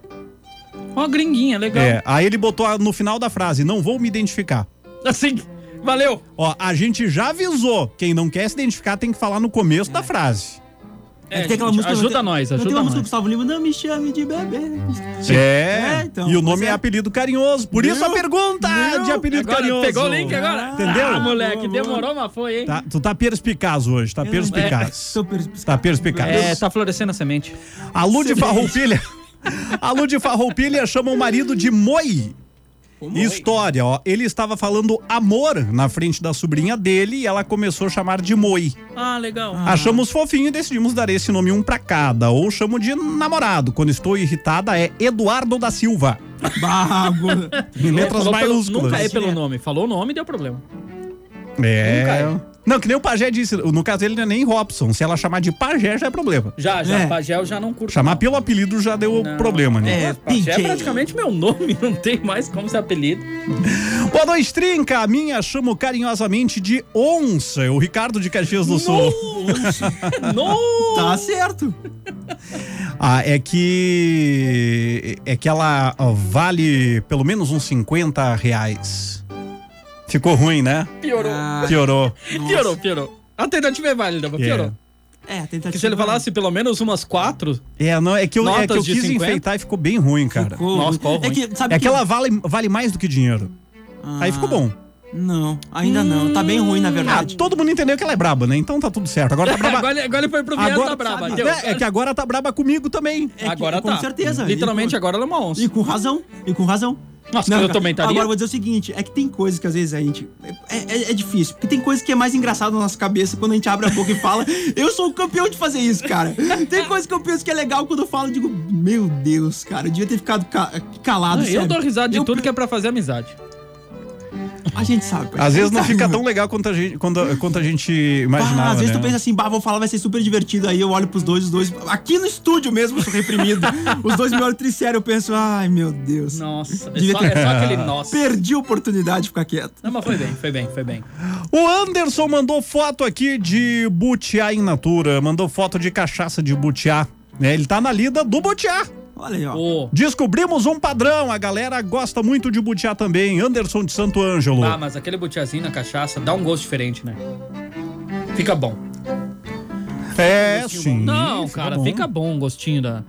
[SPEAKER 6] Ó, gringuinha, legal.
[SPEAKER 4] É, aí ele botou no final da frase, não vou me identificar.
[SPEAKER 6] Assim. Valeu!
[SPEAKER 4] Ó, a gente já avisou. Quem não quer se identificar tem que falar no começo da frase.
[SPEAKER 6] É,
[SPEAKER 5] tem aquela
[SPEAKER 6] gente,
[SPEAKER 5] música-
[SPEAKER 6] ajuda
[SPEAKER 5] tem-
[SPEAKER 6] nós,
[SPEAKER 5] Não tem
[SPEAKER 6] ajuda
[SPEAKER 5] uma
[SPEAKER 6] nós.
[SPEAKER 5] música do Gustavo Lima, não me chame de bebê.
[SPEAKER 4] É.
[SPEAKER 5] É, então,
[SPEAKER 4] e o
[SPEAKER 5] mas
[SPEAKER 4] nome é...
[SPEAKER 5] é-
[SPEAKER 4] apelido carinhoso. Por isso a pergunta de apelido
[SPEAKER 6] Agora,
[SPEAKER 4] carinhoso.
[SPEAKER 6] pegou o link agora?
[SPEAKER 4] Entendeu?
[SPEAKER 6] Ah, moleque,
[SPEAKER 5] Boa, boa.
[SPEAKER 6] demorou, mas foi, hein?
[SPEAKER 4] Tá, tu tá perspicaz hoje, tá perspicaz.
[SPEAKER 5] Super perspicaz.
[SPEAKER 4] Tá perspicaz.
[SPEAKER 6] É, tá florescendo a semente.
[SPEAKER 4] A Lu de Farroupilha. A Lu de Farroupilha chama o marido de Moi. História, ó. Ele estava falando amor na frente da sobrinha dele e ela começou a chamar de Moi.
[SPEAKER 6] Ah, legal.
[SPEAKER 4] Achamos fofinho e decidimos dar esse nome um pra cada, ou chamo de namorado. Quando estou irritada é Eduardo da Silva.
[SPEAKER 5] <laughs> Barrago.
[SPEAKER 4] Em letras
[SPEAKER 6] Falou pelo-
[SPEAKER 4] maiúsculas.
[SPEAKER 6] nunca é pelo nome. Falou o nome, deu problema.
[SPEAKER 4] É.
[SPEAKER 6] Nunca
[SPEAKER 4] Não, que nem o Pajé disse. No caso dele não é nem Robson. Se ela chamar de Pajé já é problema.
[SPEAKER 6] Já, já.
[SPEAKER 5] É.
[SPEAKER 6] Pagel já não curto.
[SPEAKER 4] Chamar
[SPEAKER 6] não.
[SPEAKER 4] pelo apelido já deu
[SPEAKER 6] Não.
[SPEAKER 4] problema, né?
[SPEAKER 5] É,
[SPEAKER 6] Pajé é
[SPEAKER 5] PJ.
[SPEAKER 6] praticamente meu nome, <laughs> não tem mais como
[SPEAKER 5] <laughs>
[SPEAKER 6] ser apelido.
[SPEAKER 4] Boa noite, Trinca. A minha chamo carinhosamente de Onça. O Ricardo de Caxias do Sul.
[SPEAKER 6] É não!
[SPEAKER 5] Tá certo.
[SPEAKER 4] Ah, é que. É que ela ó, vale pelo menos uns 50 reais. Ficou ruim, né?
[SPEAKER 6] Piorou.
[SPEAKER 4] Piorou.
[SPEAKER 6] Piorou, piorou. A alternativa é válida, mas
[SPEAKER 4] Yeah.
[SPEAKER 6] piorou.
[SPEAKER 5] É, tentativa.
[SPEAKER 6] Porque se ele falasse pelo menos umas quatro,
[SPEAKER 4] É, não, é que eu, é
[SPEAKER 6] Notas
[SPEAKER 4] que eu
[SPEAKER 6] de
[SPEAKER 4] quis
[SPEAKER 6] 50?
[SPEAKER 4] enfeitar e ficou bem ruim, cara.
[SPEAKER 5] Ficou.
[SPEAKER 6] Nossa, qual
[SPEAKER 5] É
[SPEAKER 6] ruim.
[SPEAKER 5] que, sabe
[SPEAKER 4] É
[SPEAKER 5] que-
[SPEAKER 4] que ela vale, vale mais do que dinheiro. Aí ficou bom.
[SPEAKER 5] Não, ainda não. Tá bem
[SPEAKER 6] Hum,
[SPEAKER 5] ruim, na
[SPEAKER 4] Ah,
[SPEAKER 5] verdade.
[SPEAKER 4] todo mundo entendeu que ela é braba, né? Então tá tudo certo. Agora tá braba.
[SPEAKER 6] agora, agora ele foi pro Viana
[SPEAKER 4] Agora,
[SPEAKER 6] tá braba.
[SPEAKER 5] É, sabe,
[SPEAKER 6] deu.
[SPEAKER 4] né? É que agora tá braba comigo também.
[SPEAKER 5] É que-
[SPEAKER 6] agora
[SPEAKER 5] com
[SPEAKER 6] tá.
[SPEAKER 5] certeza.
[SPEAKER 6] Literalmente
[SPEAKER 5] E com-
[SPEAKER 6] agora ela é uma onça.
[SPEAKER 5] E com razão. E com razão.
[SPEAKER 6] Nossa, eu também estaria.
[SPEAKER 5] Agora eu vou dizer o seguinte: é que tem coisas que às vezes a gente. É, é- é difícil. Porque tem coisas que é mais engraçado na nossa cabeça quando a gente abre a boca e fala. <laughs> Eu sou o campeão de fazer isso, cara. Tem coisas que eu penso que é legal quando eu falo, eu digo, meu Deus, cara, eu devia ter ficado ca- calado.
[SPEAKER 6] Não, Ah, eu
[SPEAKER 5] sério.
[SPEAKER 6] dou risada de
[SPEAKER 5] Eu-
[SPEAKER 6] tudo que é pra fazer amizade.
[SPEAKER 5] A gente sabe. pai.
[SPEAKER 4] Às vezes não
[SPEAKER 5] Sabe,
[SPEAKER 4] fica
[SPEAKER 5] mano?
[SPEAKER 4] tão legal quanto a gente, quanto, quanto a gente
[SPEAKER 5] Bah,
[SPEAKER 4] imaginava.
[SPEAKER 5] às vezes
[SPEAKER 4] né?
[SPEAKER 5] tu pensa assim, bah, vou falar, vai ser super divertido. Aí eu olho pros dois, os dois. Aqui no estúdio mesmo, eu sou
[SPEAKER 6] <laughs>
[SPEAKER 5] reprimido. os dois me olham tricério, eu penso, ai meu Deus.
[SPEAKER 6] Nossa, é
[SPEAKER 5] Devia
[SPEAKER 6] só,
[SPEAKER 5] ter- Ah.
[SPEAKER 6] é só aquele nossa.
[SPEAKER 5] Perdi a oportunidade de ficar quieto.
[SPEAKER 6] Não, mas foi bem, foi bem, foi bem.
[SPEAKER 4] O Anderson mandou foto aqui de butiá in natura, mandou foto de cachaça de butiá. né? ele tá na lida do butiá.
[SPEAKER 5] Olha aí, ó.
[SPEAKER 6] Ô,
[SPEAKER 4] Descobrimos um padrão, a galera gosta muito de butiá também. Anderson de Santo Ângelo.
[SPEAKER 6] Ah, mas aquele butiazinho na cachaça dá um gosto diferente, né? Fica bom.
[SPEAKER 4] é, sim. tá
[SPEAKER 6] Não, cara,
[SPEAKER 4] bom.
[SPEAKER 6] fica bom o gostinho da.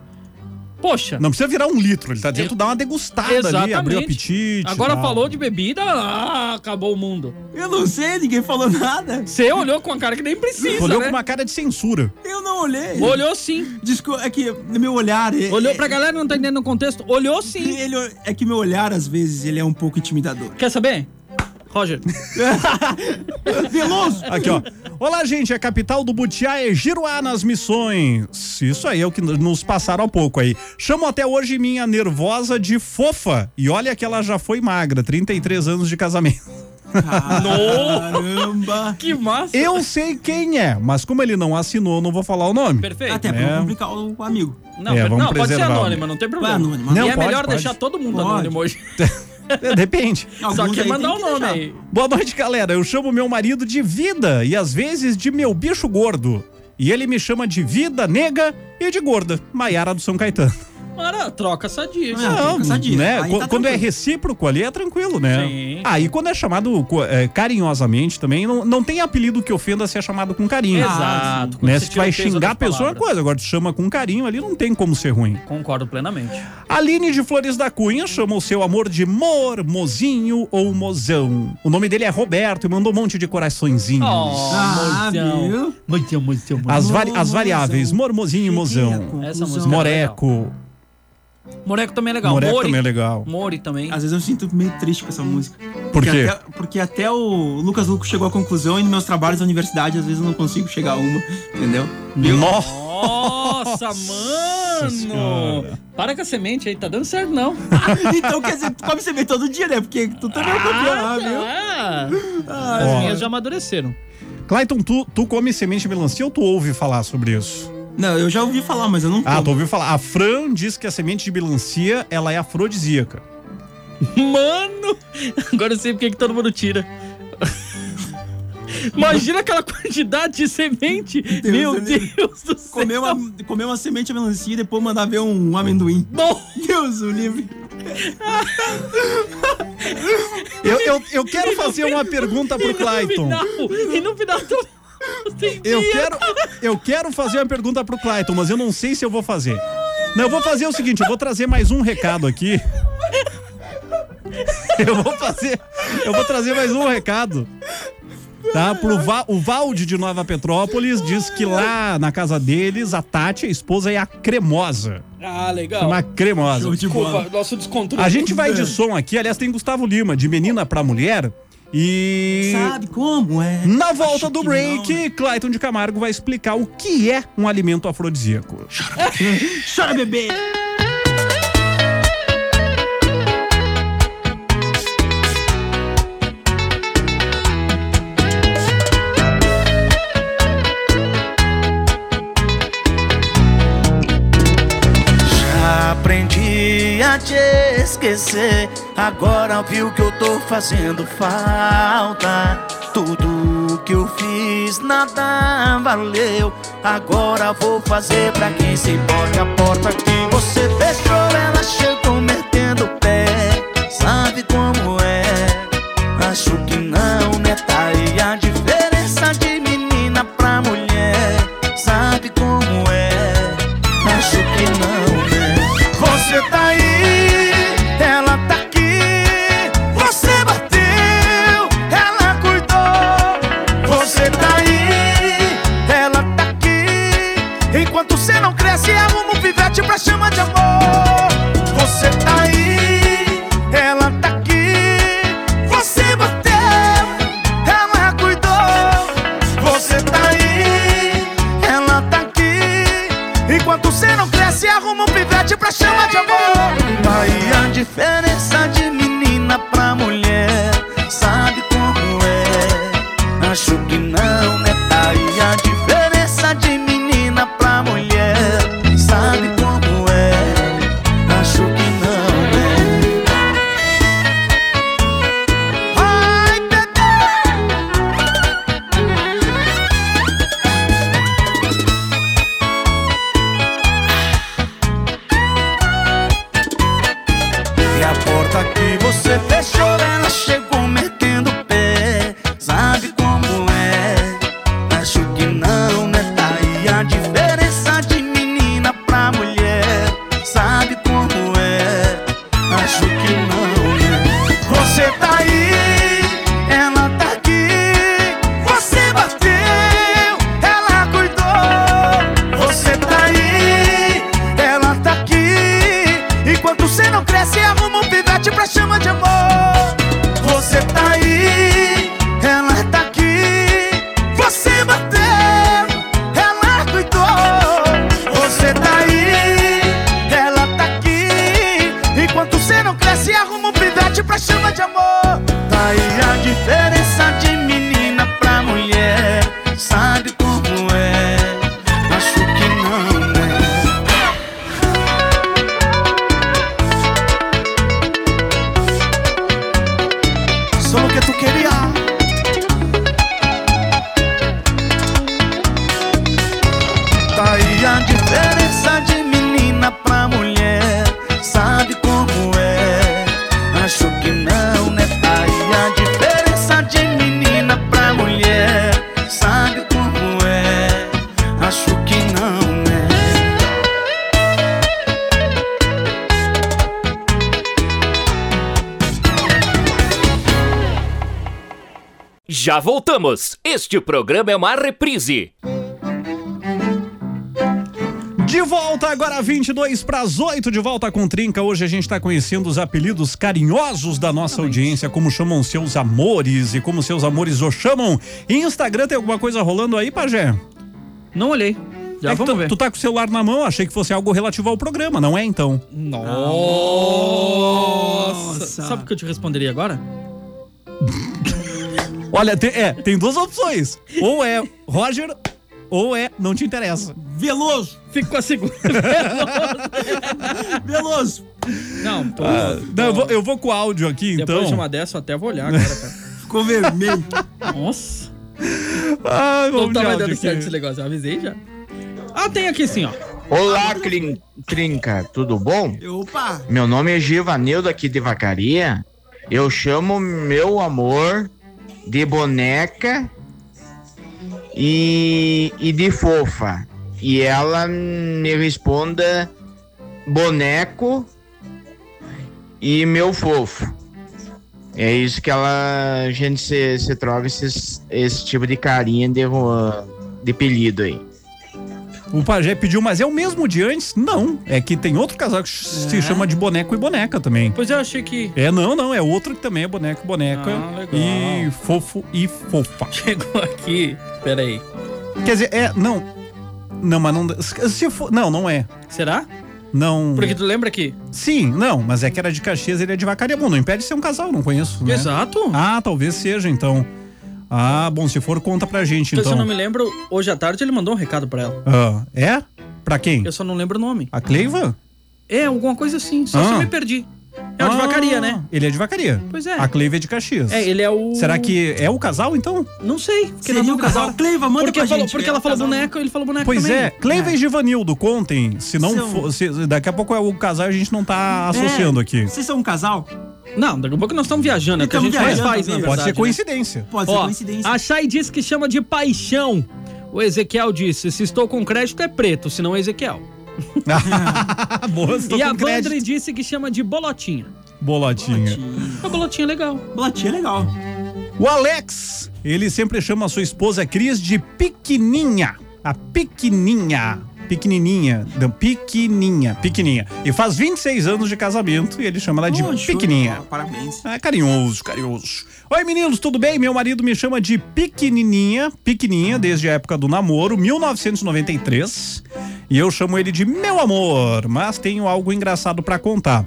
[SPEAKER 6] Poxa!
[SPEAKER 4] Não precisa virar um litro, ele tá dizendo tu dá uma degustada ali,
[SPEAKER 6] Exatamente.
[SPEAKER 4] abrir o apetite.
[SPEAKER 6] Agora
[SPEAKER 4] tal.
[SPEAKER 6] falou de bebida, ah, acabou o mundo.
[SPEAKER 5] Eu não sei, ninguém falou nada.
[SPEAKER 6] Você olhou com a cara que nem
[SPEAKER 4] Tu
[SPEAKER 6] precisa,
[SPEAKER 4] olhou
[SPEAKER 6] né?
[SPEAKER 4] com uma cara de censura.
[SPEAKER 5] Eu não olhei.
[SPEAKER 6] Olhou sim.
[SPEAKER 5] Desculpa, é que meu olhar. É,
[SPEAKER 6] Olhou
[SPEAKER 5] é-
[SPEAKER 6] pra galera que não tá entendendo o contexto, olhou sim.
[SPEAKER 5] Ele, é que meu olhar, às vezes, ele é um pouco intimidador.
[SPEAKER 6] Quer saber?
[SPEAKER 4] <laughs>
[SPEAKER 6] Roger.
[SPEAKER 5] Veloso!
[SPEAKER 4] Aqui, ó. Olá, gente. é A capital do Butiá é Giruá nas Missões. Isso aí é o que nos passaram há pouco aí. Chamo até hoje minha nervosa de fofa. E olha que ela já foi magra, 33 anos de casamento.
[SPEAKER 5] Caramba!
[SPEAKER 6] Que massa!
[SPEAKER 4] Eu sei quem é, mas como ele não assinou, não vou falar o nome.
[SPEAKER 6] Perfeito.
[SPEAKER 5] Até pra
[SPEAKER 4] É.
[SPEAKER 5] não complicar o amigo.
[SPEAKER 6] Não,
[SPEAKER 4] É,
[SPEAKER 6] per-
[SPEAKER 4] vamos
[SPEAKER 6] não pode ser
[SPEAKER 4] preservar,
[SPEAKER 6] anônima, não tem problema.
[SPEAKER 5] Vai anônima,
[SPEAKER 4] Não,
[SPEAKER 6] e é
[SPEAKER 4] pode,
[SPEAKER 6] melhor
[SPEAKER 4] pode.
[SPEAKER 6] deixar todo mundo
[SPEAKER 5] Pode.
[SPEAKER 6] anônimo hoje.
[SPEAKER 4] É, Depende.
[SPEAKER 6] Só
[SPEAKER 5] Alguns
[SPEAKER 6] que
[SPEAKER 5] aí
[SPEAKER 6] mandar
[SPEAKER 5] tem
[SPEAKER 6] o
[SPEAKER 5] que
[SPEAKER 6] nome
[SPEAKER 5] deixar.
[SPEAKER 6] aí.
[SPEAKER 4] Boa noite, galera. Eu chamo meu marido de Vida e às vezes de meu bicho gordo. E ele me chama de Vida Nega e de Gorda, Maiara do São Caetano.
[SPEAKER 6] Ora, troca sadia.
[SPEAKER 5] Ah,
[SPEAKER 6] disso.
[SPEAKER 5] tem que caçar disso.
[SPEAKER 4] né?
[SPEAKER 5] Aí
[SPEAKER 4] Qu-
[SPEAKER 5] tá
[SPEAKER 4] quando é
[SPEAKER 5] tranquilo.
[SPEAKER 4] recíproco ali é tranquilo, né?
[SPEAKER 6] Sim.
[SPEAKER 4] Ah, e quando é chamado co- é, carinhosamente também, não, não tem apelido que ofenda se é chamado com carinho.
[SPEAKER 6] Exato.
[SPEAKER 4] Né?
[SPEAKER 6] Quando
[SPEAKER 4] Se
[SPEAKER 6] você
[SPEAKER 4] tu
[SPEAKER 6] tira
[SPEAKER 4] vai
[SPEAKER 6] o peso
[SPEAKER 4] xingar a
[SPEAKER 6] das
[SPEAKER 4] pessoa é uma
[SPEAKER 6] palavras.
[SPEAKER 4] coisa, agora tu chama com carinho ali, não tem como ser ruim.
[SPEAKER 6] Concordo plenamente.
[SPEAKER 4] Aline de Flores da Cunha chama o seu amor de mormozinho ou mozão. O nome dele é Roberto e mandou um monte de coraçõezinhos.
[SPEAKER 6] Oh,
[SPEAKER 5] Ah,
[SPEAKER 6] mozão.
[SPEAKER 5] viu?
[SPEAKER 6] Mozão, mozão, mozão.
[SPEAKER 4] As, vari- as
[SPEAKER 5] Mozão.
[SPEAKER 4] variáveis, mormozinho e mozão.
[SPEAKER 5] Chiquinha,
[SPEAKER 6] Essa
[SPEAKER 5] conclusão.
[SPEAKER 6] música. é
[SPEAKER 4] Moreco.
[SPEAKER 6] Moreco também é legal.
[SPEAKER 4] Moreco
[SPEAKER 6] Mori.
[SPEAKER 4] também é legal.
[SPEAKER 6] Mori também.
[SPEAKER 5] Às vezes eu me sinto meio triste com essa música.
[SPEAKER 6] Hum.
[SPEAKER 4] Por
[SPEAKER 5] Porque
[SPEAKER 4] quê?
[SPEAKER 5] até- porque até o Lucas Luco chegou à conclusão e nos meus trabalhos da universidade, às vezes eu não consigo chegar a uma, entendeu? <laughs>
[SPEAKER 4] Nossa.
[SPEAKER 6] Nossa, mano!
[SPEAKER 4] Senhora.
[SPEAKER 6] Para com a semente aí, tá dando certo não.
[SPEAKER 5] então quer dizer, tu come semente todo dia, né? Porque tu também é o campeão
[SPEAKER 4] Ah,
[SPEAKER 5] lá, viu?
[SPEAKER 6] Ah,
[SPEAKER 4] Ó.
[SPEAKER 6] as minhas já amadureceram.
[SPEAKER 4] Clayton, tu, tu come semente de melancia ou tu ouve falar sobre isso?
[SPEAKER 5] Não, eu já ouvi falar, mas eu não
[SPEAKER 4] Ah, tu
[SPEAKER 5] como.
[SPEAKER 4] ouviu falar. A Fran diz que a semente de melancia, ela é afrodisíaca.
[SPEAKER 6] <laughs> Mano! Agora eu sei porque que todo mundo tira. <laughs> Imagina aquela quantidade de semente. Meu
[SPEAKER 9] Deus, ele-
[SPEAKER 6] Deus do céu.
[SPEAKER 9] Comer uma,
[SPEAKER 4] Então.
[SPEAKER 9] comer uma semente de melancia e depois mandar ver um amendoim.
[SPEAKER 6] Bom,
[SPEAKER 9] Deus, o livre.
[SPEAKER 4] Eu, eu, eu quero fazer uma pergunta pro Clayton.
[SPEAKER 6] No final, e no final tu tu tem
[SPEAKER 4] Eu
[SPEAKER 6] dinheiro.
[SPEAKER 4] quero, eu quero fazer uma pergunta pro Clayton, mas eu não sei se eu vou fazer. Não, eu vou fazer o seguinte, eu vou trazer mais um recado aqui. <laughs> Eu vou fazer, eu vou trazer mais um recado. Tá, pro Va- o Valde de Nova Petrópolis diz que lá na casa deles a Tati, a esposa é a cremosa,
[SPEAKER 6] Ah, legal.
[SPEAKER 4] uma cremosa.
[SPEAKER 9] Show de bola.
[SPEAKER 6] Desculpa, nosso descontrole.
[SPEAKER 4] A gente vai de som aqui, aliás tem Gustavo Lima de menina pra mulher e
[SPEAKER 9] Sabe como é?
[SPEAKER 4] na
[SPEAKER 9] Acho
[SPEAKER 4] volta do
[SPEAKER 9] que
[SPEAKER 4] break,
[SPEAKER 9] não, né?
[SPEAKER 4] Clayton de Camargo vai explicar o que é um alimento afrodisíaco.
[SPEAKER 9] Chora, bebê!
[SPEAKER 5] Já aprendi a te esquecer. Agora viu que eu tô fazendo falta. Tudo que eu fiz nada valeu. Agora vou fazer pra quem se importa. A porta que você fechou, ela chegou metendo o pé. Sabe como é? Acho que não, né? Tá aí a diferença de menina pra mulher. Sabe como é? Acho que não, né? Você tá aí, ela tá aqui. Você bateu, ela cuidou. Você tá aí, ela tá aqui. Enquanto você não cresce, arruma um pivete pra chama de amor. Você tá aí, ela tá aqui. Você bateu, ela cuidou. Você tá aí, ela tá aqui. Enquanto você não cresce, arruma um pivete pra chama de amor. Aí a diferença de menina pra mulher, sabe como é? Acho que não, né? Aí a diferença de menina pra mulher, sabe como é? Acho que não, né? Ai, bebê! E a porta que você fechou, ela chegou metendo o pé. Sabe como é? Acho que não, né? Tá aí a diferença de menina pra mulher. Sabe como é? Acho que não, né? Você tá aí, ela tá aqui. Você bateu, ela cuidou. Você tá aí, ela tá aqui. Enquanto você não cresce, arruma um pivete pra chama de amor. Você tá aí, ela tá aqui. Você bateu, ela cuidou. Você tá aí, ela tá aqui. Enquanto você não cresce, arruma um pivete pra chama de amor. Tá aí a diferença de menina pra mulher. Sabe como é? Acho que não, né? Só o que tu queria. Tá aí a diferença de menina pra mulher. Sabe como é? Acho que não, né? Tá aí a diferença de menina pra mulher. Sabe como é? Acho que não, né?
[SPEAKER 1] Já voltamos. Este programa é uma reprise.
[SPEAKER 4] De volta agora 22 para as 8 de volta com Trinca. Hoje a gente está conhecendo os apelidos carinhosos da nossa audiência, como chamam seus amores e como seus amores o chamam. E Instagram tem alguma coisa rolando aí, Pajé?
[SPEAKER 6] Não olhei. Já
[SPEAKER 4] É que
[SPEAKER 6] vamos
[SPEAKER 4] tu,
[SPEAKER 6] ver.
[SPEAKER 4] tu tá com o celular na mão, achei que fosse algo relativo ao programa, não é então?
[SPEAKER 6] Nossa.
[SPEAKER 9] Nossa.
[SPEAKER 6] Sabe o que eu te responderia agora?
[SPEAKER 4] Olha, tem, é, tem duas opções. Ou é Roger, ou é não te interessa.
[SPEAKER 9] Veloso!
[SPEAKER 6] Fico com a segunda.
[SPEAKER 4] <laughs>
[SPEAKER 9] Veloso!
[SPEAKER 6] Não, tô.
[SPEAKER 4] Ah, Não, eu vou, eu vou com o áudio aqui,
[SPEAKER 6] Ah, tá. Depois
[SPEAKER 4] então. <laughs>
[SPEAKER 6] de uma dessa, eu até vou olhar agora, cara.
[SPEAKER 9] Ficou vermelho.
[SPEAKER 6] Nossa.
[SPEAKER 4] Ah,
[SPEAKER 6] Não
[SPEAKER 4] vamos de
[SPEAKER 6] tava
[SPEAKER 4] áudio
[SPEAKER 6] dando
[SPEAKER 4] aqui.
[SPEAKER 6] certo esse negócio, eu avisei já. Ah, tem aqui sim, ó.
[SPEAKER 10] Olá, Crin- Trinca, tudo bom?
[SPEAKER 5] Opa!
[SPEAKER 10] Meu nome é Givanildo aqui de Vacaria. Eu chamo meu amor de boneca e, e de fofa. E ela me responda boneco e meu fofo. É isso que ela a gente se, se troca esses- esse tipo de carinha de, rua- de apelido aí.
[SPEAKER 4] O pajé pediu, mas é o mesmo de antes? Não. É que tem outro casal que
[SPEAKER 6] É.
[SPEAKER 4] se chama de boneco e boneca também.
[SPEAKER 6] Pois eu achei que <laughs>
[SPEAKER 4] É, não, não. É outro que também é boneco e boneca.
[SPEAKER 6] Ah, legal.
[SPEAKER 4] E fofo e fofa.
[SPEAKER 6] chegou aqui. Pera aí.
[SPEAKER 4] Quer dizer, é, não. Não, mas não. Se for, não, não é.
[SPEAKER 6] Será?
[SPEAKER 4] Não.
[SPEAKER 6] Porque tu lembra que.
[SPEAKER 4] Sim, não, mas é que era de Caxias, ele é de Vacaria. Bom, não impede de ser um casal, não conheço. Né?
[SPEAKER 6] Exato.
[SPEAKER 4] Ah, talvez seja, então. Ah, bom, se for, conta pra gente,
[SPEAKER 6] Então, se eu não
[SPEAKER 4] então.
[SPEAKER 6] me lembro, hoje à tarde ele mandou um recado pra ela.
[SPEAKER 4] Ah, é? Pra quem?
[SPEAKER 6] Eu só não lembro o nome.
[SPEAKER 4] A Cleiva?
[SPEAKER 6] É, alguma coisa assim, só se
[SPEAKER 4] Ah.
[SPEAKER 6] eu me perdi. É o de vacaria, né?
[SPEAKER 4] Ele é de Vacaria.
[SPEAKER 6] Pois é.
[SPEAKER 4] A Cleiva é de Caxias.
[SPEAKER 6] É, ele Ah, é o.
[SPEAKER 4] Será que é o casal, então?
[SPEAKER 6] Não sei. Porque é
[SPEAKER 5] Seria o casal Cleiva, manda
[SPEAKER 6] porque
[SPEAKER 5] pra
[SPEAKER 6] falou,
[SPEAKER 5] gente. um.
[SPEAKER 6] Porque ela falou né?
[SPEAKER 5] Casal-
[SPEAKER 6] boneco, ele falou boneco
[SPEAKER 4] Pois
[SPEAKER 6] também.
[SPEAKER 4] é, Cleiva e Givanildo, contem. Se não
[SPEAKER 5] São-
[SPEAKER 4] for. se- daqui a pouco é o casal e a gente não tá associando
[SPEAKER 5] É,
[SPEAKER 4] aqui.
[SPEAKER 5] Vocês são um casal?
[SPEAKER 6] Não, daqui a pouco nós estamos viajando. É o que a
[SPEAKER 5] Estamos
[SPEAKER 6] gente mais
[SPEAKER 5] viajando
[SPEAKER 6] faz, na
[SPEAKER 5] também,
[SPEAKER 4] Pode
[SPEAKER 6] verdade.
[SPEAKER 4] ser
[SPEAKER 6] né?
[SPEAKER 4] coincidência.
[SPEAKER 6] <laughs>
[SPEAKER 5] Pode ser
[SPEAKER 6] Ó,
[SPEAKER 5] coincidência.
[SPEAKER 6] a Chay diz que chama de paixão. O Ezequiel disse, se estou com crédito é preto, se não é Ezequiel.
[SPEAKER 4] <laughs> Boa, estou
[SPEAKER 6] É. e a
[SPEAKER 4] com crédito.
[SPEAKER 6] Vandre disse que chama de bolotinha.
[SPEAKER 4] Boladinha.
[SPEAKER 6] Uma bolotinha é legal.
[SPEAKER 5] Blatinha é legal.
[SPEAKER 4] O Alex, ele sempre chama a sua esposa Cris de pequenininha. A pequenininha. Pequenininha. Não, pequenininha. Pequenininha. E faz 26 anos de casamento e ele chama ela de
[SPEAKER 5] Pô, show.
[SPEAKER 4] pequenininha.
[SPEAKER 5] Parabéns.
[SPEAKER 4] Ah, carinhoso, carinhoso. Oi, meninos, tudo bem? Meu marido me chama de pequenininha, pequenininha, desde a época do namoro, 1993. E eu chamo ele de meu amor, mas tenho algo engraçado pra contar.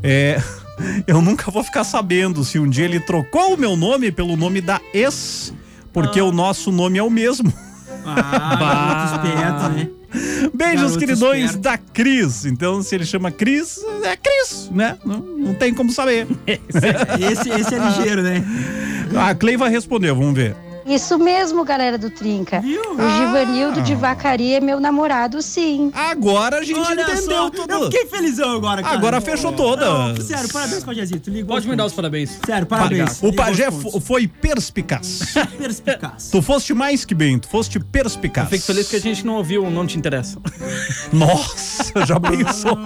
[SPEAKER 4] É, <laughs> eu nunca vou ficar sabendo se um dia ele trocou o meu nome pelo nome da ex, porque o nosso nome é o mesmo. <laughs>
[SPEAKER 5] Ah, muito esperto, né?
[SPEAKER 4] Beijos,
[SPEAKER 5] Garoto
[SPEAKER 4] queridões
[SPEAKER 5] esperto.
[SPEAKER 4] da Cris. Então, se ele chama Cris, é Cris, né? Não, não tem como saber.
[SPEAKER 5] Esse, esse é ligeiro, né?
[SPEAKER 4] A Cleiva respondeu, vamos ver.
[SPEAKER 8] Isso mesmo, galera do Trinca. O Givanildo
[SPEAKER 6] Ah.
[SPEAKER 8] de Vacaria é meu namorado, sim.
[SPEAKER 4] Agora a gente
[SPEAKER 5] Olha
[SPEAKER 4] entendeu
[SPEAKER 5] só,
[SPEAKER 4] tudo.
[SPEAKER 5] eu fiquei felizão agora, cara.
[SPEAKER 4] Agora fechou todas.
[SPEAKER 5] Não, sério, parabéns, Pajézito. Ligou. os
[SPEAKER 6] Pode me dar os
[SPEAKER 5] pontos.
[SPEAKER 6] parabéns.
[SPEAKER 5] Sério, parabéns.
[SPEAKER 4] O pajé
[SPEAKER 5] Ligou os
[SPEAKER 4] fo-
[SPEAKER 5] pontos.
[SPEAKER 4] foi
[SPEAKER 5] <laughs>
[SPEAKER 4] perspicaz.
[SPEAKER 5] perspicaz.
[SPEAKER 4] tu foste mais que bem, tu foste perspicaz.
[SPEAKER 6] Fico feliz que a gente não ouviu o Não Te Interessa.
[SPEAKER 4] Nossa, já
[SPEAKER 6] <laughs>
[SPEAKER 4] pensou?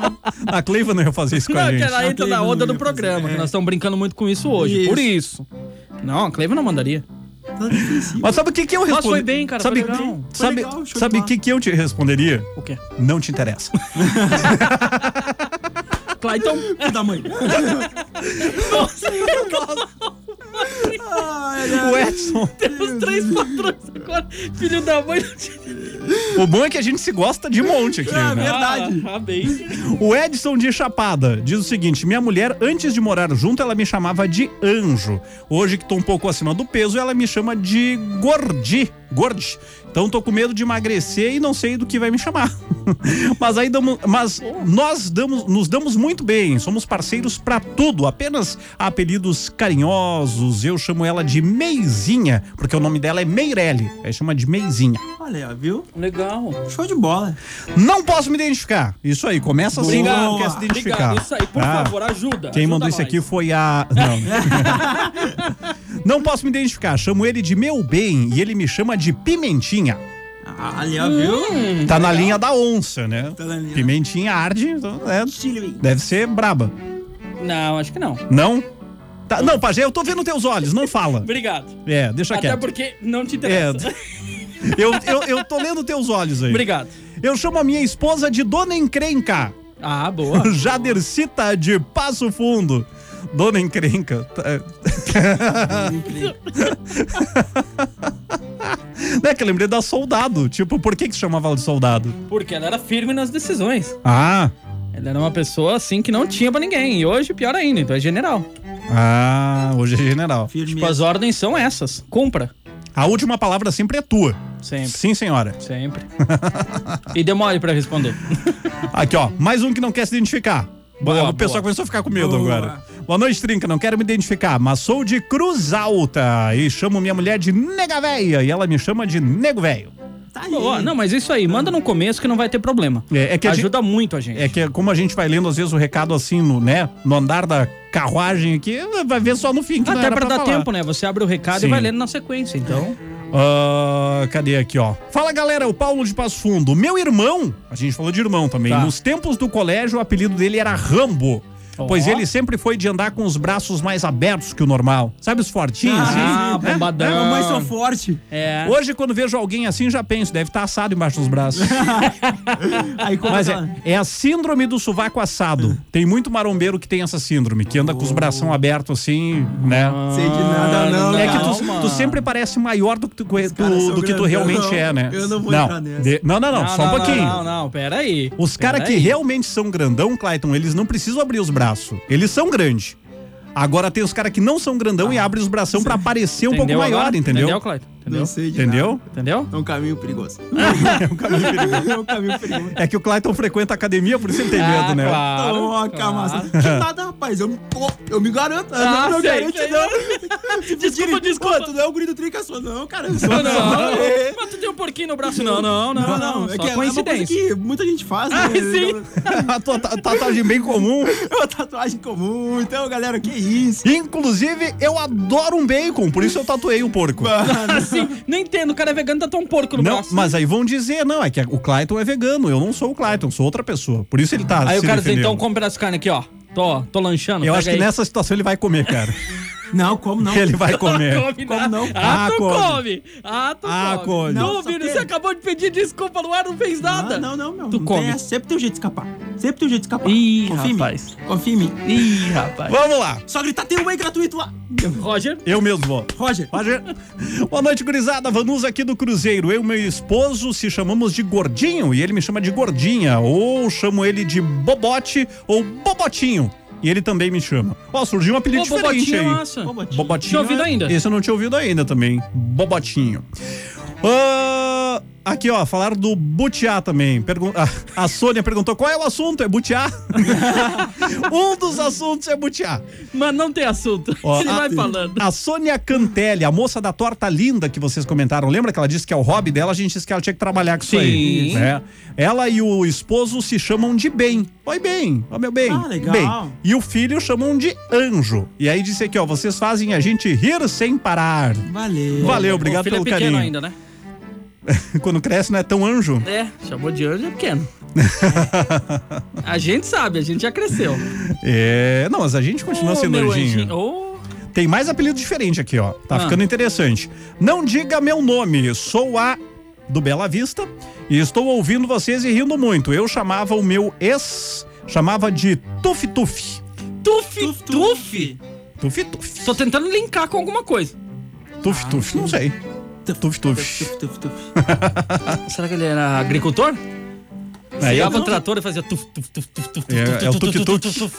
[SPEAKER 4] a Cleiva não ia fazer isso com
[SPEAKER 6] Não,
[SPEAKER 4] a gente.
[SPEAKER 6] aquela entra
[SPEAKER 5] Cleiva
[SPEAKER 6] na onda
[SPEAKER 5] não
[SPEAKER 6] do
[SPEAKER 5] ia
[SPEAKER 6] programa,
[SPEAKER 5] fazer,
[SPEAKER 6] que
[SPEAKER 5] é.
[SPEAKER 6] nós estamos brincando muito com isso hoje.
[SPEAKER 5] Isso.
[SPEAKER 6] Por isso. Não, a Cleiva não mandaria.
[SPEAKER 5] Tá difícil.
[SPEAKER 4] Mas sabe o que, que eu respondi?
[SPEAKER 6] foi bem, cara, foi
[SPEAKER 4] Sabe,
[SPEAKER 6] legal.
[SPEAKER 5] Foi
[SPEAKER 4] sabe,
[SPEAKER 5] legal, show de
[SPEAKER 4] sabe o
[SPEAKER 5] bola.
[SPEAKER 4] que, que eu te responderia?
[SPEAKER 6] O quê?
[SPEAKER 4] Não te interessa.
[SPEAKER 6] Clayton.
[SPEAKER 5] da mãe.
[SPEAKER 4] o Edson.
[SPEAKER 6] Os três patrões agora. Filho da mãe. não te-
[SPEAKER 4] O bom é que a gente se gosta de monte aqui, né?
[SPEAKER 5] Verdade.
[SPEAKER 6] Ah, ah, bem.
[SPEAKER 4] O Edson de Chapada diz o seguinte: minha mulher, antes de morar junto, ela me chamava de anjo. Hoje que tô um pouco acima do peso, ela me chama de gordi. Gordi. Então tô com medo de emagrecer e não sei do que vai me chamar. <laughs> mas aí damos, mas nós damos, nos damos muito bem, somos parceiros pra tudo, apenas apelidos carinhosos. Eu chamo ela de Meizinha, porque o nome dela é Meirelle. Aí chama de Meizinha.
[SPEAKER 5] Olha, aí, ó, viu?
[SPEAKER 6] Legal.
[SPEAKER 5] Show de bola.
[SPEAKER 4] Não posso me identificar. Isso aí, começa assim,
[SPEAKER 5] Obrigado,
[SPEAKER 4] não quer se identificar.
[SPEAKER 6] Obrigado. Isso aí, por
[SPEAKER 4] Ah.
[SPEAKER 6] favor, ajuda.
[SPEAKER 4] Quem
[SPEAKER 6] ajuda
[SPEAKER 4] mandou isso
[SPEAKER 6] nós.
[SPEAKER 4] aqui foi a. Não.
[SPEAKER 6] <laughs>
[SPEAKER 4] Não posso me identificar. Chamo ele de meu bem e ele me chama de Pimentinha.
[SPEAKER 5] Olha, Ah, ó,
[SPEAKER 6] Hum.
[SPEAKER 5] viu?
[SPEAKER 4] Tá na linha da onça, né?
[SPEAKER 5] Tá na linha.
[SPEAKER 4] Pimentinha arde, então é,
[SPEAKER 5] Chile.
[SPEAKER 4] deve ser braba.
[SPEAKER 6] Não, acho que não.
[SPEAKER 4] Não? Tá- não, Pajé, eu tô vendo teus olhos, não fala.
[SPEAKER 6] Obrigado.
[SPEAKER 4] É, deixa
[SPEAKER 6] Até
[SPEAKER 4] quieto.
[SPEAKER 6] porque não te
[SPEAKER 4] É.
[SPEAKER 6] <laughs> interessa.
[SPEAKER 4] Eu, eu, eu tô lendo teus olhos aí.
[SPEAKER 6] Obrigado.
[SPEAKER 4] Eu chamo a minha esposa de Dona Encrenca.
[SPEAKER 6] Ah, boa.
[SPEAKER 4] <laughs> Jadercita de Passo Fundo. Dona Encrenca. é, Tá- né, que eu lembrei da soldado. Tipo, por que que se chamava ela de soldado?
[SPEAKER 6] Porque ela era firme nas decisões.
[SPEAKER 4] Ah,
[SPEAKER 6] Ela era uma pessoa assim que não tinha pra ninguém. E hoje, pior ainda, então é general.
[SPEAKER 4] ah, hoje é general.
[SPEAKER 6] Tipo, as
[SPEAKER 5] Firmeza.
[SPEAKER 6] ordens são essas. Compra.
[SPEAKER 4] A última palavra sempre é tua.
[SPEAKER 6] Sempre.
[SPEAKER 4] Sim, senhora. <laughs>
[SPEAKER 6] Sempre. e demore pra responder.
[SPEAKER 4] Aqui, ó, mais um que não quer se identificar.
[SPEAKER 6] Boa,
[SPEAKER 4] o pessoal
[SPEAKER 6] boa.
[SPEAKER 4] começou a ficar com medo
[SPEAKER 5] Boa.
[SPEAKER 4] agora. Boa noite, Trinca. Não quero me identificar, mas sou de Cruz Alta e chamo minha mulher de nega véia e ela me chama de nego véio.
[SPEAKER 5] Tá aí.
[SPEAKER 6] Ó, não, mas isso aí, manda no começo que não vai ter problema.
[SPEAKER 4] É, é que a
[SPEAKER 6] Ajuda muito a gente.
[SPEAKER 4] É que como a gente vai lendo às vezes o recado assim no, né, no andar da carruagem aqui, vai ver só no fim que não
[SPEAKER 6] Até
[SPEAKER 4] era
[SPEAKER 6] pra dar
[SPEAKER 4] falar.
[SPEAKER 6] tempo, né? Você abre o recado
[SPEAKER 4] Sim.
[SPEAKER 6] e vai lendo na sequência, então.
[SPEAKER 4] Ah, cadê aqui, ó? Fala galera, o Paulo de Passo Fundo. Meu irmão, a gente falou de irmão também.
[SPEAKER 6] Tá.
[SPEAKER 4] Nos tempos do colégio, o apelido dele era Rambo.
[SPEAKER 6] Ó.
[SPEAKER 4] Pois ele sempre foi de andar com os braços mais abertos que o normal. Sabe os fortinhos?
[SPEAKER 6] Ah,
[SPEAKER 4] assim? É,
[SPEAKER 6] bombadão.
[SPEAKER 4] é.
[SPEAKER 5] Mamãe, sou forte.
[SPEAKER 6] É.
[SPEAKER 4] Hoje, quando vejo alguém assim, já penso, deve estar assado embaixo dos
[SPEAKER 6] <laughs>
[SPEAKER 4] braços.
[SPEAKER 5] <laughs> Aí como
[SPEAKER 4] Mas
[SPEAKER 5] é,
[SPEAKER 4] é,
[SPEAKER 6] tá
[SPEAKER 4] é a síndrome do sovaco assado. Tem muito marombeiro que tem essa síndrome, que anda com
[SPEAKER 6] Oh.
[SPEAKER 4] os bração abertos assim, né?
[SPEAKER 6] Ah.
[SPEAKER 5] sei de nada, não.
[SPEAKER 4] É que
[SPEAKER 5] cara.
[SPEAKER 4] tu,
[SPEAKER 6] Calma.
[SPEAKER 4] tu sempre parece maior do que tu, do
[SPEAKER 5] caras são
[SPEAKER 4] que tu
[SPEAKER 5] grandão.
[SPEAKER 4] realmente é, né?
[SPEAKER 5] Eu não vou
[SPEAKER 4] não.
[SPEAKER 5] entrar nessa.
[SPEAKER 4] De- não, não, não, só um pouquinho.
[SPEAKER 6] Não, não, não, pera aí.
[SPEAKER 4] Os caras que realmente são grandão, Clayton, eles não precisam abrir os braços. Eles são grandes. Agora tem os caras que não são grandão e abrem os bração pra parecer um pouco maior, entendeu?
[SPEAKER 6] Entendeu, Clayton? Entendeu?
[SPEAKER 5] Não sei de nada.
[SPEAKER 4] Entendeu?
[SPEAKER 6] Entendeu?
[SPEAKER 5] É um caminho perigoso.
[SPEAKER 6] <laughs>
[SPEAKER 5] é um caminho perigoso. é um caminho perigoso.
[SPEAKER 4] É que o Clayton frequenta a academia, por isso ele tem medo,
[SPEAKER 6] Ah,
[SPEAKER 4] né?
[SPEAKER 6] claro,
[SPEAKER 5] Então, ó, calma. De nada, rapaz. Eu me, pô, eu me garanto. Eu
[SPEAKER 6] Ah,
[SPEAKER 5] não, não
[SPEAKER 6] sei,
[SPEAKER 5] garanto,
[SPEAKER 6] sei.
[SPEAKER 5] não. Se
[SPEAKER 6] Desculpa,
[SPEAKER 5] pedirem,
[SPEAKER 6] desculpa.
[SPEAKER 5] pô, Tu não é o guri do trinca sua. Não, cara.
[SPEAKER 6] <laughs>
[SPEAKER 5] Eu sou,
[SPEAKER 6] Não, não.
[SPEAKER 5] É.
[SPEAKER 6] Mas tu tem um porquinho no braço? Não, não, não. Não,
[SPEAKER 5] É
[SPEAKER 6] Só
[SPEAKER 5] que é
[SPEAKER 6] coincidência.
[SPEAKER 5] uma coisa que muita gente faz, né?
[SPEAKER 6] Ah,
[SPEAKER 4] <laughs>
[SPEAKER 6] sim.
[SPEAKER 4] A tua ta- tatuagem bem comum.
[SPEAKER 5] <laughs> É uma tatuagem comum. Então, galera, que isso?
[SPEAKER 4] Inclusive, eu adoro um bacon, por isso eu tatuei o porco.
[SPEAKER 6] Assim, não entendo. O cara é vegano, tá um porco no
[SPEAKER 4] Não,
[SPEAKER 6] braço.
[SPEAKER 4] mas aí vão dizer, não, é que o Clayton é vegano, eu não sou o Clayton, sou outra pessoa. Por isso ele tá se
[SPEAKER 6] Aí o cara diz,
[SPEAKER 4] defendendo.
[SPEAKER 6] então, compra essa carne aqui, ó. Tô, tô lanchando.
[SPEAKER 4] Eu
[SPEAKER 6] pega
[SPEAKER 4] acho que
[SPEAKER 6] aí.
[SPEAKER 4] nessa situação ele vai comer,
[SPEAKER 6] <laughs>
[SPEAKER 4] cara.
[SPEAKER 5] Não, como não?
[SPEAKER 4] Ele vai comer.
[SPEAKER 6] Come,
[SPEAKER 5] Como não?
[SPEAKER 6] Ah,
[SPEAKER 4] Ah,
[SPEAKER 6] tu
[SPEAKER 4] come.
[SPEAKER 6] come. Ah, tu
[SPEAKER 4] Ah, come.
[SPEAKER 6] come.
[SPEAKER 5] Não,
[SPEAKER 6] Não,
[SPEAKER 5] só
[SPEAKER 6] Vini,
[SPEAKER 5] que-
[SPEAKER 6] você acabou de pedir desculpa no ar, não fez nada.
[SPEAKER 5] Não, não, não, meu.
[SPEAKER 6] Tu
[SPEAKER 5] não
[SPEAKER 6] come.
[SPEAKER 5] Tem, essa. sempre tem um jeito de escapar. Sempre tem um jeito de escapar.
[SPEAKER 6] Ih,
[SPEAKER 5] Confia em mim.
[SPEAKER 6] rapaz.
[SPEAKER 5] Confia em mim.
[SPEAKER 6] Ih, rapaz.
[SPEAKER 4] Vamos lá,
[SPEAKER 5] Só gritar, tem um whey gratuito lá.
[SPEAKER 6] Roger,
[SPEAKER 4] eu mesmo vou.
[SPEAKER 5] Roger.
[SPEAKER 4] Roger. Boa noite, gurizada. Vanusa aqui do Cruzeiro. Eu e meu esposo se chamamos de Gordinho e ele me chama de Gordinha. Ou chamo ele de Bobote ou Bobotinho. E ele também me chama. Ó, surgiu um apelido
[SPEAKER 6] Ô,
[SPEAKER 4] diferente
[SPEAKER 6] Bobotinho é
[SPEAKER 4] aí.
[SPEAKER 6] massa.
[SPEAKER 4] Bobotinho.
[SPEAKER 6] Tinha ouvido
[SPEAKER 4] é-
[SPEAKER 6] ainda?
[SPEAKER 4] Esse eu não tinha ouvido ainda também. Bobotinho. Ah, aqui, ó, falaram do Butiá também. Pergun- ah, a, a Sônia perguntou qual é o assunto? É Butiá? <laughs> um dos assuntos é Butiá.
[SPEAKER 6] mas não tem assunto.
[SPEAKER 4] Ó,
[SPEAKER 6] Você
[SPEAKER 4] a-
[SPEAKER 6] vai falando.
[SPEAKER 4] A Sônia Cantelli, a moça da torta linda que vocês comentaram, lembra que ela disse que é o hobby dela? A gente disse que ela tinha que trabalhar com isso aí.
[SPEAKER 6] Sim.
[SPEAKER 4] né? Ela e o esposo se chamam de bem. Oi, bem. Ó, meu bem.
[SPEAKER 5] Ah, legal.
[SPEAKER 4] Bem. E o filho chamam de anjo. E aí disse aqui, ó, vocês fazem a gente rir sem parar.
[SPEAKER 5] Valeu.
[SPEAKER 4] Valeu, obrigado
[SPEAKER 6] o filho
[SPEAKER 4] pelo
[SPEAKER 6] é pequeno
[SPEAKER 4] carinho.
[SPEAKER 6] ainda, né?
[SPEAKER 4] Quando cresce não é tão anjo.
[SPEAKER 6] É, chamou de anjo, é
[SPEAKER 4] <laughs>
[SPEAKER 6] pequeno. a gente sabe, a gente já cresceu.
[SPEAKER 4] É, não, mas a gente continua
[SPEAKER 6] Ô,
[SPEAKER 4] sendo
[SPEAKER 6] meu
[SPEAKER 4] anjinho.
[SPEAKER 6] anjinho. Ô,
[SPEAKER 4] Tem mais apelido diferente aqui, ó. Tá
[SPEAKER 6] Ah.
[SPEAKER 4] ficando interessante. Não diga meu nome, sou a do Bela Vista e estou ouvindo vocês e rindo muito. Eu chamava o meu ex, chamava de Tuf Tuf.
[SPEAKER 6] Tufi,
[SPEAKER 5] Tuf,
[SPEAKER 6] tuf,
[SPEAKER 5] tuf.
[SPEAKER 4] Tuf Tuf.
[SPEAKER 6] Tô tentando linkar com alguma coisa.
[SPEAKER 4] Tuf
[SPEAKER 6] Ah.
[SPEAKER 4] Tuf, não sei. Tuf Tuf.
[SPEAKER 5] Tuf, tuf, tuf.
[SPEAKER 6] Será que ele era agricultor?
[SPEAKER 4] Aí
[SPEAKER 6] Pegava
[SPEAKER 4] É, eu-
[SPEAKER 6] o trator e fazia tuf, tuf, tuf, tuf, tuf,
[SPEAKER 4] É,
[SPEAKER 6] tuf,
[SPEAKER 4] é o
[SPEAKER 6] tuf, tuf,
[SPEAKER 4] tuk-tuk.
[SPEAKER 6] tuf, tuf.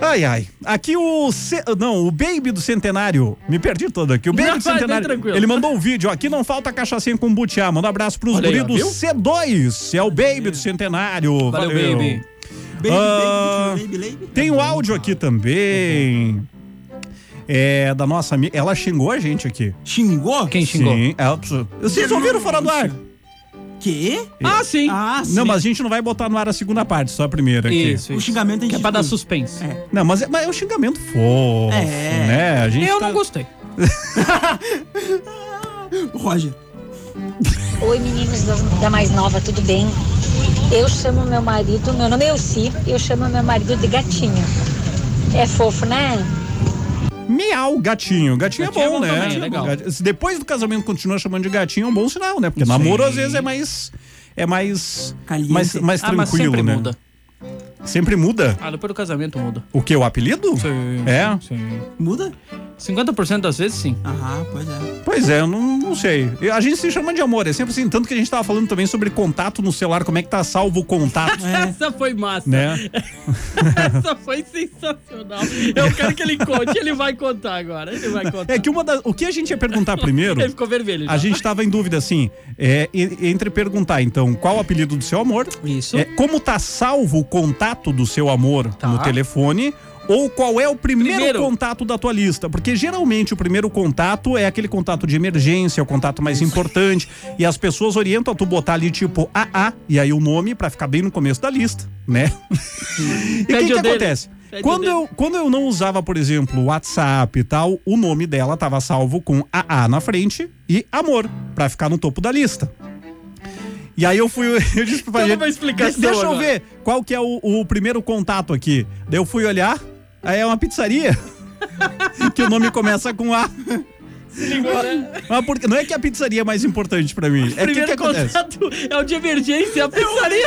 [SPEAKER 4] Ai, ai. Aqui o. Ce- Não, o Baby do Centenário. Me perdi todo aqui. O Baby
[SPEAKER 6] Não,
[SPEAKER 4] do
[SPEAKER 6] <laughs> vai,
[SPEAKER 4] Centenário.
[SPEAKER 6] bem tranquilo.
[SPEAKER 4] Ele mandou um vídeo. ó. Aqui não falta cachaçinha com butiá. Manda um abraço pros
[SPEAKER 6] Olha aí, ó,
[SPEAKER 4] guri do
[SPEAKER 6] viu?
[SPEAKER 4] C2. É o Baby do Centenário.
[SPEAKER 6] Valeu, baby.
[SPEAKER 5] Baby,
[SPEAKER 4] Ah.
[SPEAKER 5] baby, baby, baby.
[SPEAKER 4] Tem o áudio aqui também. É da nossa amiga. Ela xingou a gente aqui.
[SPEAKER 5] Xingou?
[SPEAKER 6] Quem xingou? um
[SPEAKER 4] Sim. Ela... Vocês ouviram fora do ar?
[SPEAKER 5] Quê?
[SPEAKER 6] Ah, sim.
[SPEAKER 5] Ah, sim.
[SPEAKER 4] Não, mas a gente não vai botar no ar a segunda parte, só a primeira aqui.
[SPEAKER 6] Isso,
[SPEAKER 5] O
[SPEAKER 6] isso.
[SPEAKER 5] xingamento a gente
[SPEAKER 6] Que é pra dar
[SPEAKER 5] exclui.
[SPEAKER 6] suspense.
[SPEAKER 5] É.
[SPEAKER 4] Não, mas é, mas é um xingamento fofo,
[SPEAKER 5] É.
[SPEAKER 4] né? A gente
[SPEAKER 6] Eu
[SPEAKER 4] tá-
[SPEAKER 6] não gostei.
[SPEAKER 5] Roger.
[SPEAKER 11] Oi, meninos da, da mais nova, tudo bem? Eu chamo meu marido, meu nome é Elci, eu chamo meu marido de gatinho. É fofo, né?
[SPEAKER 4] Miau, gatinho. Gatinho,
[SPEAKER 6] Gatinho
[SPEAKER 4] é bom,
[SPEAKER 6] é bom
[SPEAKER 4] né?
[SPEAKER 6] também, é legal.
[SPEAKER 4] Gat- Se depois do casamento continua chamando de gatinho, é um bom sinal, né? Porque namoro às vezes é mais. É mais.
[SPEAKER 5] Caliente.
[SPEAKER 4] Mais, mais
[SPEAKER 6] ah, mas
[SPEAKER 4] tranquilo,
[SPEAKER 6] sempre
[SPEAKER 4] né?
[SPEAKER 6] muda.
[SPEAKER 4] Sempre muda.
[SPEAKER 6] Ah, depois do casamento muda.
[SPEAKER 4] O que? O apelido? É?
[SPEAKER 6] Sim.
[SPEAKER 5] Muda?
[SPEAKER 6] 50% das vezes, sim.
[SPEAKER 5] Ah, pois é.
[SPEAKER 4] Pois é, eu não, não sei. Eu- A gente se chama de amor, é sempre assim. Tanto que a gente tava falando também sobre contato no celular, como é que tá salvo o contato,
[SPEAKER 6] <laughs> Essa foi massa.
[SPEAKER 4] né?
[SPEAKER 6] Essa foi sensacional. Eu quero que ele conte, ele vai contar agora. Ele vai contar.
[SPEAKER 4] É que uma das. O que a gente ia perguntar
[SPEAKER 6] <laughs> Ele
[SPEAKER 4] primeiro,
[SPEAKER 6] É, ficou vermelho. já.
[SPEAKER 4] a gente tava em dúvida, assim, é, e- entre perguntar, então, qual o apelido do seu amor?
[SPEAKER 6] Isso.
[SPEAKER 4] É, como tá salvo o contato do seu amor
[SPEAKER 6] Tá.
[SPEAKER 4] no telefone? Ou qual é o primeiro, contato da tua lista? Porque geralmente o primeiro contato é aquele contato de emergência, é o contato mais importante. E as pessoas orientam a tu botar ali tipo AA e aí o nome pra ficar bem no começo da lista, né? <laughs> e o que,
[SPEAKER 6] Hum. Pede
[SPEAKER 4] que
[SPEAKER 6] o dele.
[SPEAKER 4] acontece?
[SPEAKER 6] Pede o
[SPEAKER 4] Quando
[SPEAKER 6] dele.
[SPEAKER 4] eu, quando eu não usava, por exemplo, o WhatsApp e tal, o nome dela tava salvo com AA na frente e amor, pra ficar no topo da lista. E aí eu fui, <laughs> eu disse pra
[SPEAKER 6] Toda
[SPEAKER 4] gente,
[SPEAKER 6] uma explicação
[SPEAKER 4] "De- deixa eu
[SPEAKER 6] agora."
[SPEAKER 4] ver qual que é o, o primeiro contato aqui. Daí eu fui olhar, aí é uma pizzaria, <laughs> que o nome começa com A. Mas porque, não é que a pizzaria é mais importante pra mim, é porque
[SPEAKER 6] Primeiro
[SPEAKER 4] que acontece.
[SPEAKER 6] contato é o de emergência, a pizzaria.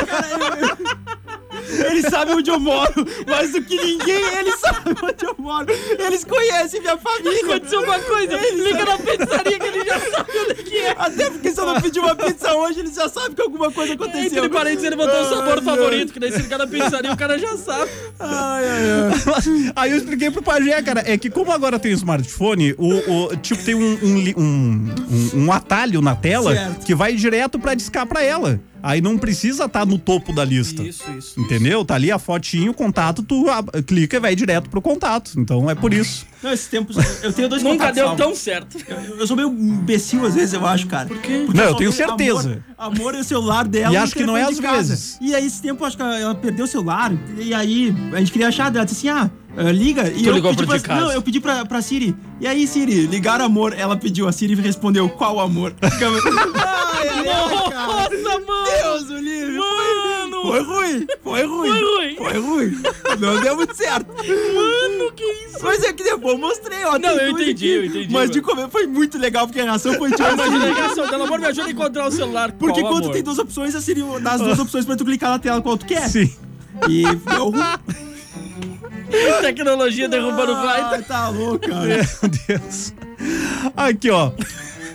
[SPEAKER 5] Eles sabem onde eu moro, mais do que ninguém, eles sabem onde eu moro. Eles conhecem minha família.
[SPEAKER 6] Aconteceu alguma coisa, liga na pizzaria que ele já sabe onde que é.
[SPEAKER 5] Até porque se eu não pedir uma pizza hoje, eles já sabem que alguma coisa aconteceu.
[SPEAKER 6] Entre parênteses, ele botou o sabor
[SPEAKER 5] Ai,
[SPEAKER 6] favorito, que daí se ligar na pizzaria, o cara já sabe.
[SPEAKER 5] Ai, ai, ai.
[SPEAKER 4] <laughs> Aí eu expliquei pro Pajé, cara, é que como agora tem smartphone, o, o- tipo, tem um, um li- um- um- um atalho na tela
[SPEAKER 5] Certo.
[SPEAKER 4] que vai direto pra discar pra ela. Aí não precisa estar no topo da lista.
[SPEAKER 6] Isso, isso.
[SPEAKER 4] Entendeu? Tá ali a fotinho, o contato, tu ab- clica e vai direto pro contato. Então é por isso.
[SPEAKER 5] Não, esses tempos. Eu tenho dois
[SPEAKER 6] Nunca
[SPEAKER 5] contatos
[SPEAKER 6] deu
[SPEAKER 5] salvos.
[SPEAKER 6] tão certo.
[SPEAKER 5] Eu, eu sou meio imbecil às vezes, eu acho, cara. Por quê?
[SPEAKER 4] Não, eu tenho certeza.
[SPEAKER 5] Amor, amor é o celular dela.
[SPEAKER 4] E
[SPEAKER 5] o
[SPEAKER 4] acho que não é
[SPEAKER 5] telefone de
[SPEAKER 4] às
[SPEAKER 5] casa.
[SPEAKER 4] vezes.
[SPEAKER 5] E aí, esse tempo, eu acho que ela perdeu o celular. E aí, a gente queria achar dela. Disse assim, ah, eh, liga. E
[SPEAKER 6] Tu ligou pro
[SPEAKER 5] pra,
[SPEAKER 6] de casa.
[SPEAKER 5] Não, eu pedi pra, pra Siri. E aí, Siri, ligar amor. Ela pediu, a Siri respondeu, qual amor? <laughs> Ficamos- ai, ai, ai, cara.
[SPEAKER 6] Nossa, mano!
[SPEAKER 5] Deus, o livro.
[SPEAKER 6] Mano!
[SPEAKER 5] Foi ruim, foi ruim.
[SPEAKER 6] Foi ruim.
[SPEAKER 5] Foi ruim. Não deu muito certo. Mano, que isso? Mas é que depois eu mostrei, ó.
[SPEAKER 6] Não,
[SPEAKER 5] tem
[SPEAKER 6] eu
[SPEAKER 5] tudo
[SPEAKER 6] entendi,
[SPEAKER 5] aqui.
[SPEAKER 6] eu entendi,
[SPEAKER 5] Mas
[SPEAKER 6] mano.
[SPEAKER 5] de comer foi muito legal, porque a reação
[SPEAKER 6] <laughs>
[SPEAKER 5] foi tipo
[SPEAKER 6] Imagina a
[SPEAKER 5] assim.
[SPEAKER 6] ligação dela, amor, me ajuda a encontrar o celular.
[SPEAKER 5] Porque
[SPEAKER 6] Qual,
[SPEAKER 5] quando
[SPEAKER 6] amor?
[SPEAKER 5] tem duas opções, a Siri dá as duas opções pra tu clicar na tela qual tu
[SPEAKER 6] É.
[SPEAKER 5] quer.
[SPEAKER 4] Sim. <laughs>
[SPEAKER 5] E deu
[SPEAKER 6] <laughs>
[SPEAKER 5] ruim.
[SPEAKER 6] Tecnologia derrubando o
[SPEAKER 5] Ah,
[SPEAKER 6] Python.
[SPEAKER 5] tá louco, cara.
[SPEAKER 4] Meu Deus. Aqui, ó.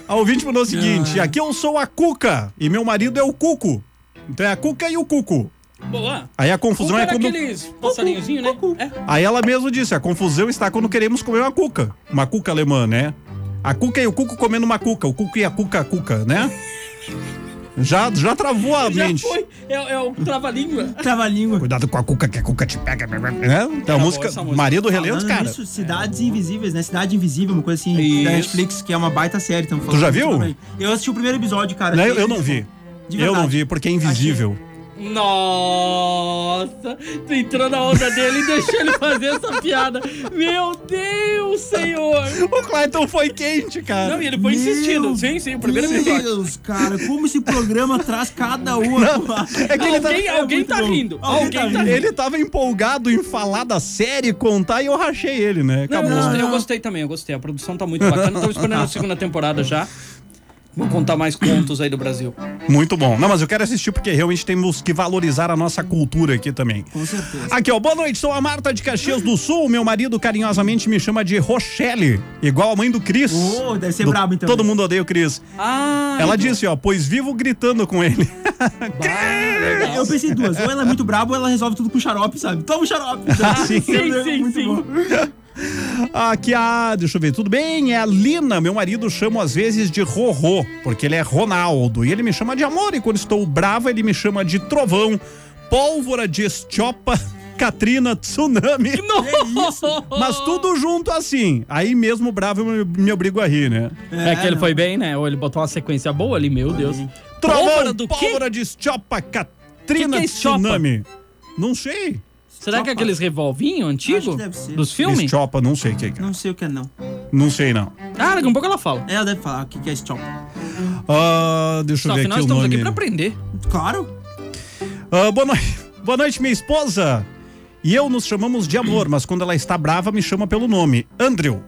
[SPEAKER 4] A ouvinte mandou o seguinte:
[SPEAKER 6] Ah.
[SPEAKER 4] aqui eu sou a Cuca e meu marido é o Cuco. Então é a Cuca e o Cuco.
[SPEAKER 6] Boa.
[SPEAKER 4] Aí a confusão é
[SPEAKER 6] Era
[SPEAKER 4] quando.
[SPEAKER 6] aqueles passarinhozinho, né? É.
[SPEAKER 4] Aí ela mesmo disse: a confusão está quando queremos comer uma cuca. Uma cuca alemã, né? A cuca e o cuco comendo uma cuca. O cuco e a cuca, a cuca,
[SPEAKER 6] <laughs>
[SPEAKER 4] né? Já, já travou a
[SPEAKER 6] Já
[SPEAKER 4] mente.
[SPEAKER 6] foi. É, é o trava-língua.
[SPEAKER 5] Trava a língua.
[SPEAKER 4] Cuidado com a cuca, que a cuca te pega. Né? Então, a
[SPEAKER 6] boa
[SPEAKER 4] música,
[SPEAKER 6] Tá essa música.
[SPEAKER 4] Maria do Relento,
[SPEAKER 5] Falando
[SPEAKER 4] cara.
[SPEAKER 5] nisso, Cidades Invisíveis, né? Cidade Invisível, uma coisa assim da
[SPEAKER 6] Isso.
[SPEAKER 5] Netflix, que é uma baita série. tamo falando
[SPEAKER 4] já
[SPEAKER 5] disso
[SPEAKER 4] viu?
[SPEAKER 5] também. Eu assisti o primeiro episódio, cara.
[SPEAKER 4] Né? Eu,
[SPEAKER 5] Achei
[SPEAKER 4] eu não vi.
[SPEAKER 5] de
[SPEAKER 4] Eu não
[SPEAKER 5] verdade.
[SPEAKER 4] vi, porque é invisível.
[SPEAKER 6] Nossa, tu entrou na onda dele e deixou ele fazer essa piada. Meu Deus, senhor.
[SPEAKER 4] O Clayton foi quente, cara.
[SPEAKER 6] Não, e ele foi
[SPEAKER 5] Meu tá
[SPEAKER 6] insistindo. Sim, sim, o primeiro
[SPEAKER 5] Meu
[SPEAKER 6] episódio.
[SPEAKER 5] Deus, cara, como esse programa traz cada um uma.
[SPEAKER 4] É que ele tá-
[SPEAKER 6] Alguém, alguém
[SPEAKER 5] muito
[SPEAKER 6] tá
[SPEAKER 5] bom.
[SPEAKER 6] rindo.
[SPEAKER 5] Alguém
[SPEAKER 6] Alguém
[SPEAKER 5] tá
[SPEAKER 6] tá rindo.
[SPEAKER 4] Ele tava empolgado em falar da série, contar, e eu rachei ele, né?
[SPEAKER 6] Não, eu,
[SPEAKER 4] Acabou.
[SPEAKER 6] gostei, eu gostei também, eu gostei. A produção tá muito bacana. Estamos esperando a segunda temporada já. Vou contar mais contos aí do Brasil.
[SPEAKER 4] Muito bom. Não, mas eu quero assistir porque realmente temos que valorizar a nossa cultura aqui também.
[SPEAKER 5] Com certeza.
[SPEAKER 4] Aqui, ó. Boa noite, sou a Marta de Caxias do Sul. Meu marido carinhosamente me chama de Rochelle, igual a mãe do Cris.
[SPEAKER 5] Oh, deve ser
[SPEAKER 4] Do-
[SPEAKER 5] brabo então.
[SPEAKER 4] Todo mundo odeia o Cris.
[SPEAKER 6] Ah,
[SPEAKER 4] Ela disse, ó, pois vivo gritando com ele. <laughs>
[SPEAKER 5] Eu pensei duas. Ou ela é muito braba ou ela resolve tudo com xarope, sabe? Toma o xarope.
[SPEAKER 4] Ah, sim.
[SPEAKER 6] Sim, sim,
[SPEAKER 5] Muito
[SPEAKER 6] sim.
[SPEAKER 5] bom.
[SPEAKER 4] Aqui a, Ah, deixa eu ver, tudo bem? É a Lina, meu marido chama às vezes de Rorô, porque ele é Ronaldo, e ele me chama de amor, e quando estou brava ele me chama de trovão, pólvora de estiopa, <laughs> Katrina, tsunami, mas tudo junto assim. Aí mesmo bravo eu me, me obrigo a rir, né?
[SPEAKER 6] É que ele foi bem, né? Ou ele botou uma sequência boa ali, meu Deus.
[SPEAKER 4] Trovão,
[SPEAKER 6] do quê?
[SPEAKER 4] pólvora de estiopa, Katrina,
[SPEAKER 6] Que que é estiopa?
[SPEAKER 4] tsunami. Não sei.
[SPEAKER 6] Será que é aqueles revolvinhos
[SPEAKER 5] Acho
[SPEAKER 6] antigos
[SPEAKER 5] que deve ser.
[SPEAKER 6] dos filmes?
[SPEAKER 4] Estiopa, não sei o que que é.
[SPEAKER 5] Não sei o que é, não.
[SPEAKER 4] Não sei, não.
[SPEAKER 6] Ah, daqui a pouco ela fala.
[SPEAKER 5] Ela deve falar o que que é stop.
[SPEAKER 4] Ah, deixa eu
[SPEAKER 6] Só
[SPEAKER 4] ver
[SPEAKER 6] que
[SPEAKER 4] aqui
[SPEAKER 6] nós
[SPEAKER 4] o
[SPEAKER 6] estamos
[SPEAKER 4] nome.
[SPEAKER 6] aqui pra aprender.
[SPEAKER 5] Claro.
[SPEAKER 4] Ah, boa, noite. boa noite, minha esposa. E eu nos chamamos de amor, mas quando ela está brava, me chama pelo nome. Andrew.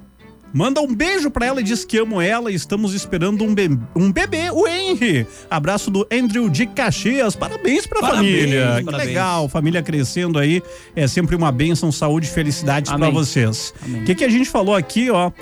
[SPEAKER 4] Manda um beijo pra ela e diz que amo ela e estamos esperando um, be- um bebê, o Henry. Abraço do Andrew de Caxias. Parabéns pra
[SPEAKER 6] Parabéns,
[SPEAKER 4] família. Que
[SPEAKER 6] parabéns.
[SPEAKER 4] legal, família crescendo aí. É sempre uma bênção, saúde e felicidades pra
[SPEAKER 6] Amém.
[SPEAKER 4] vocês. O que, que a gente falou aqui, ó?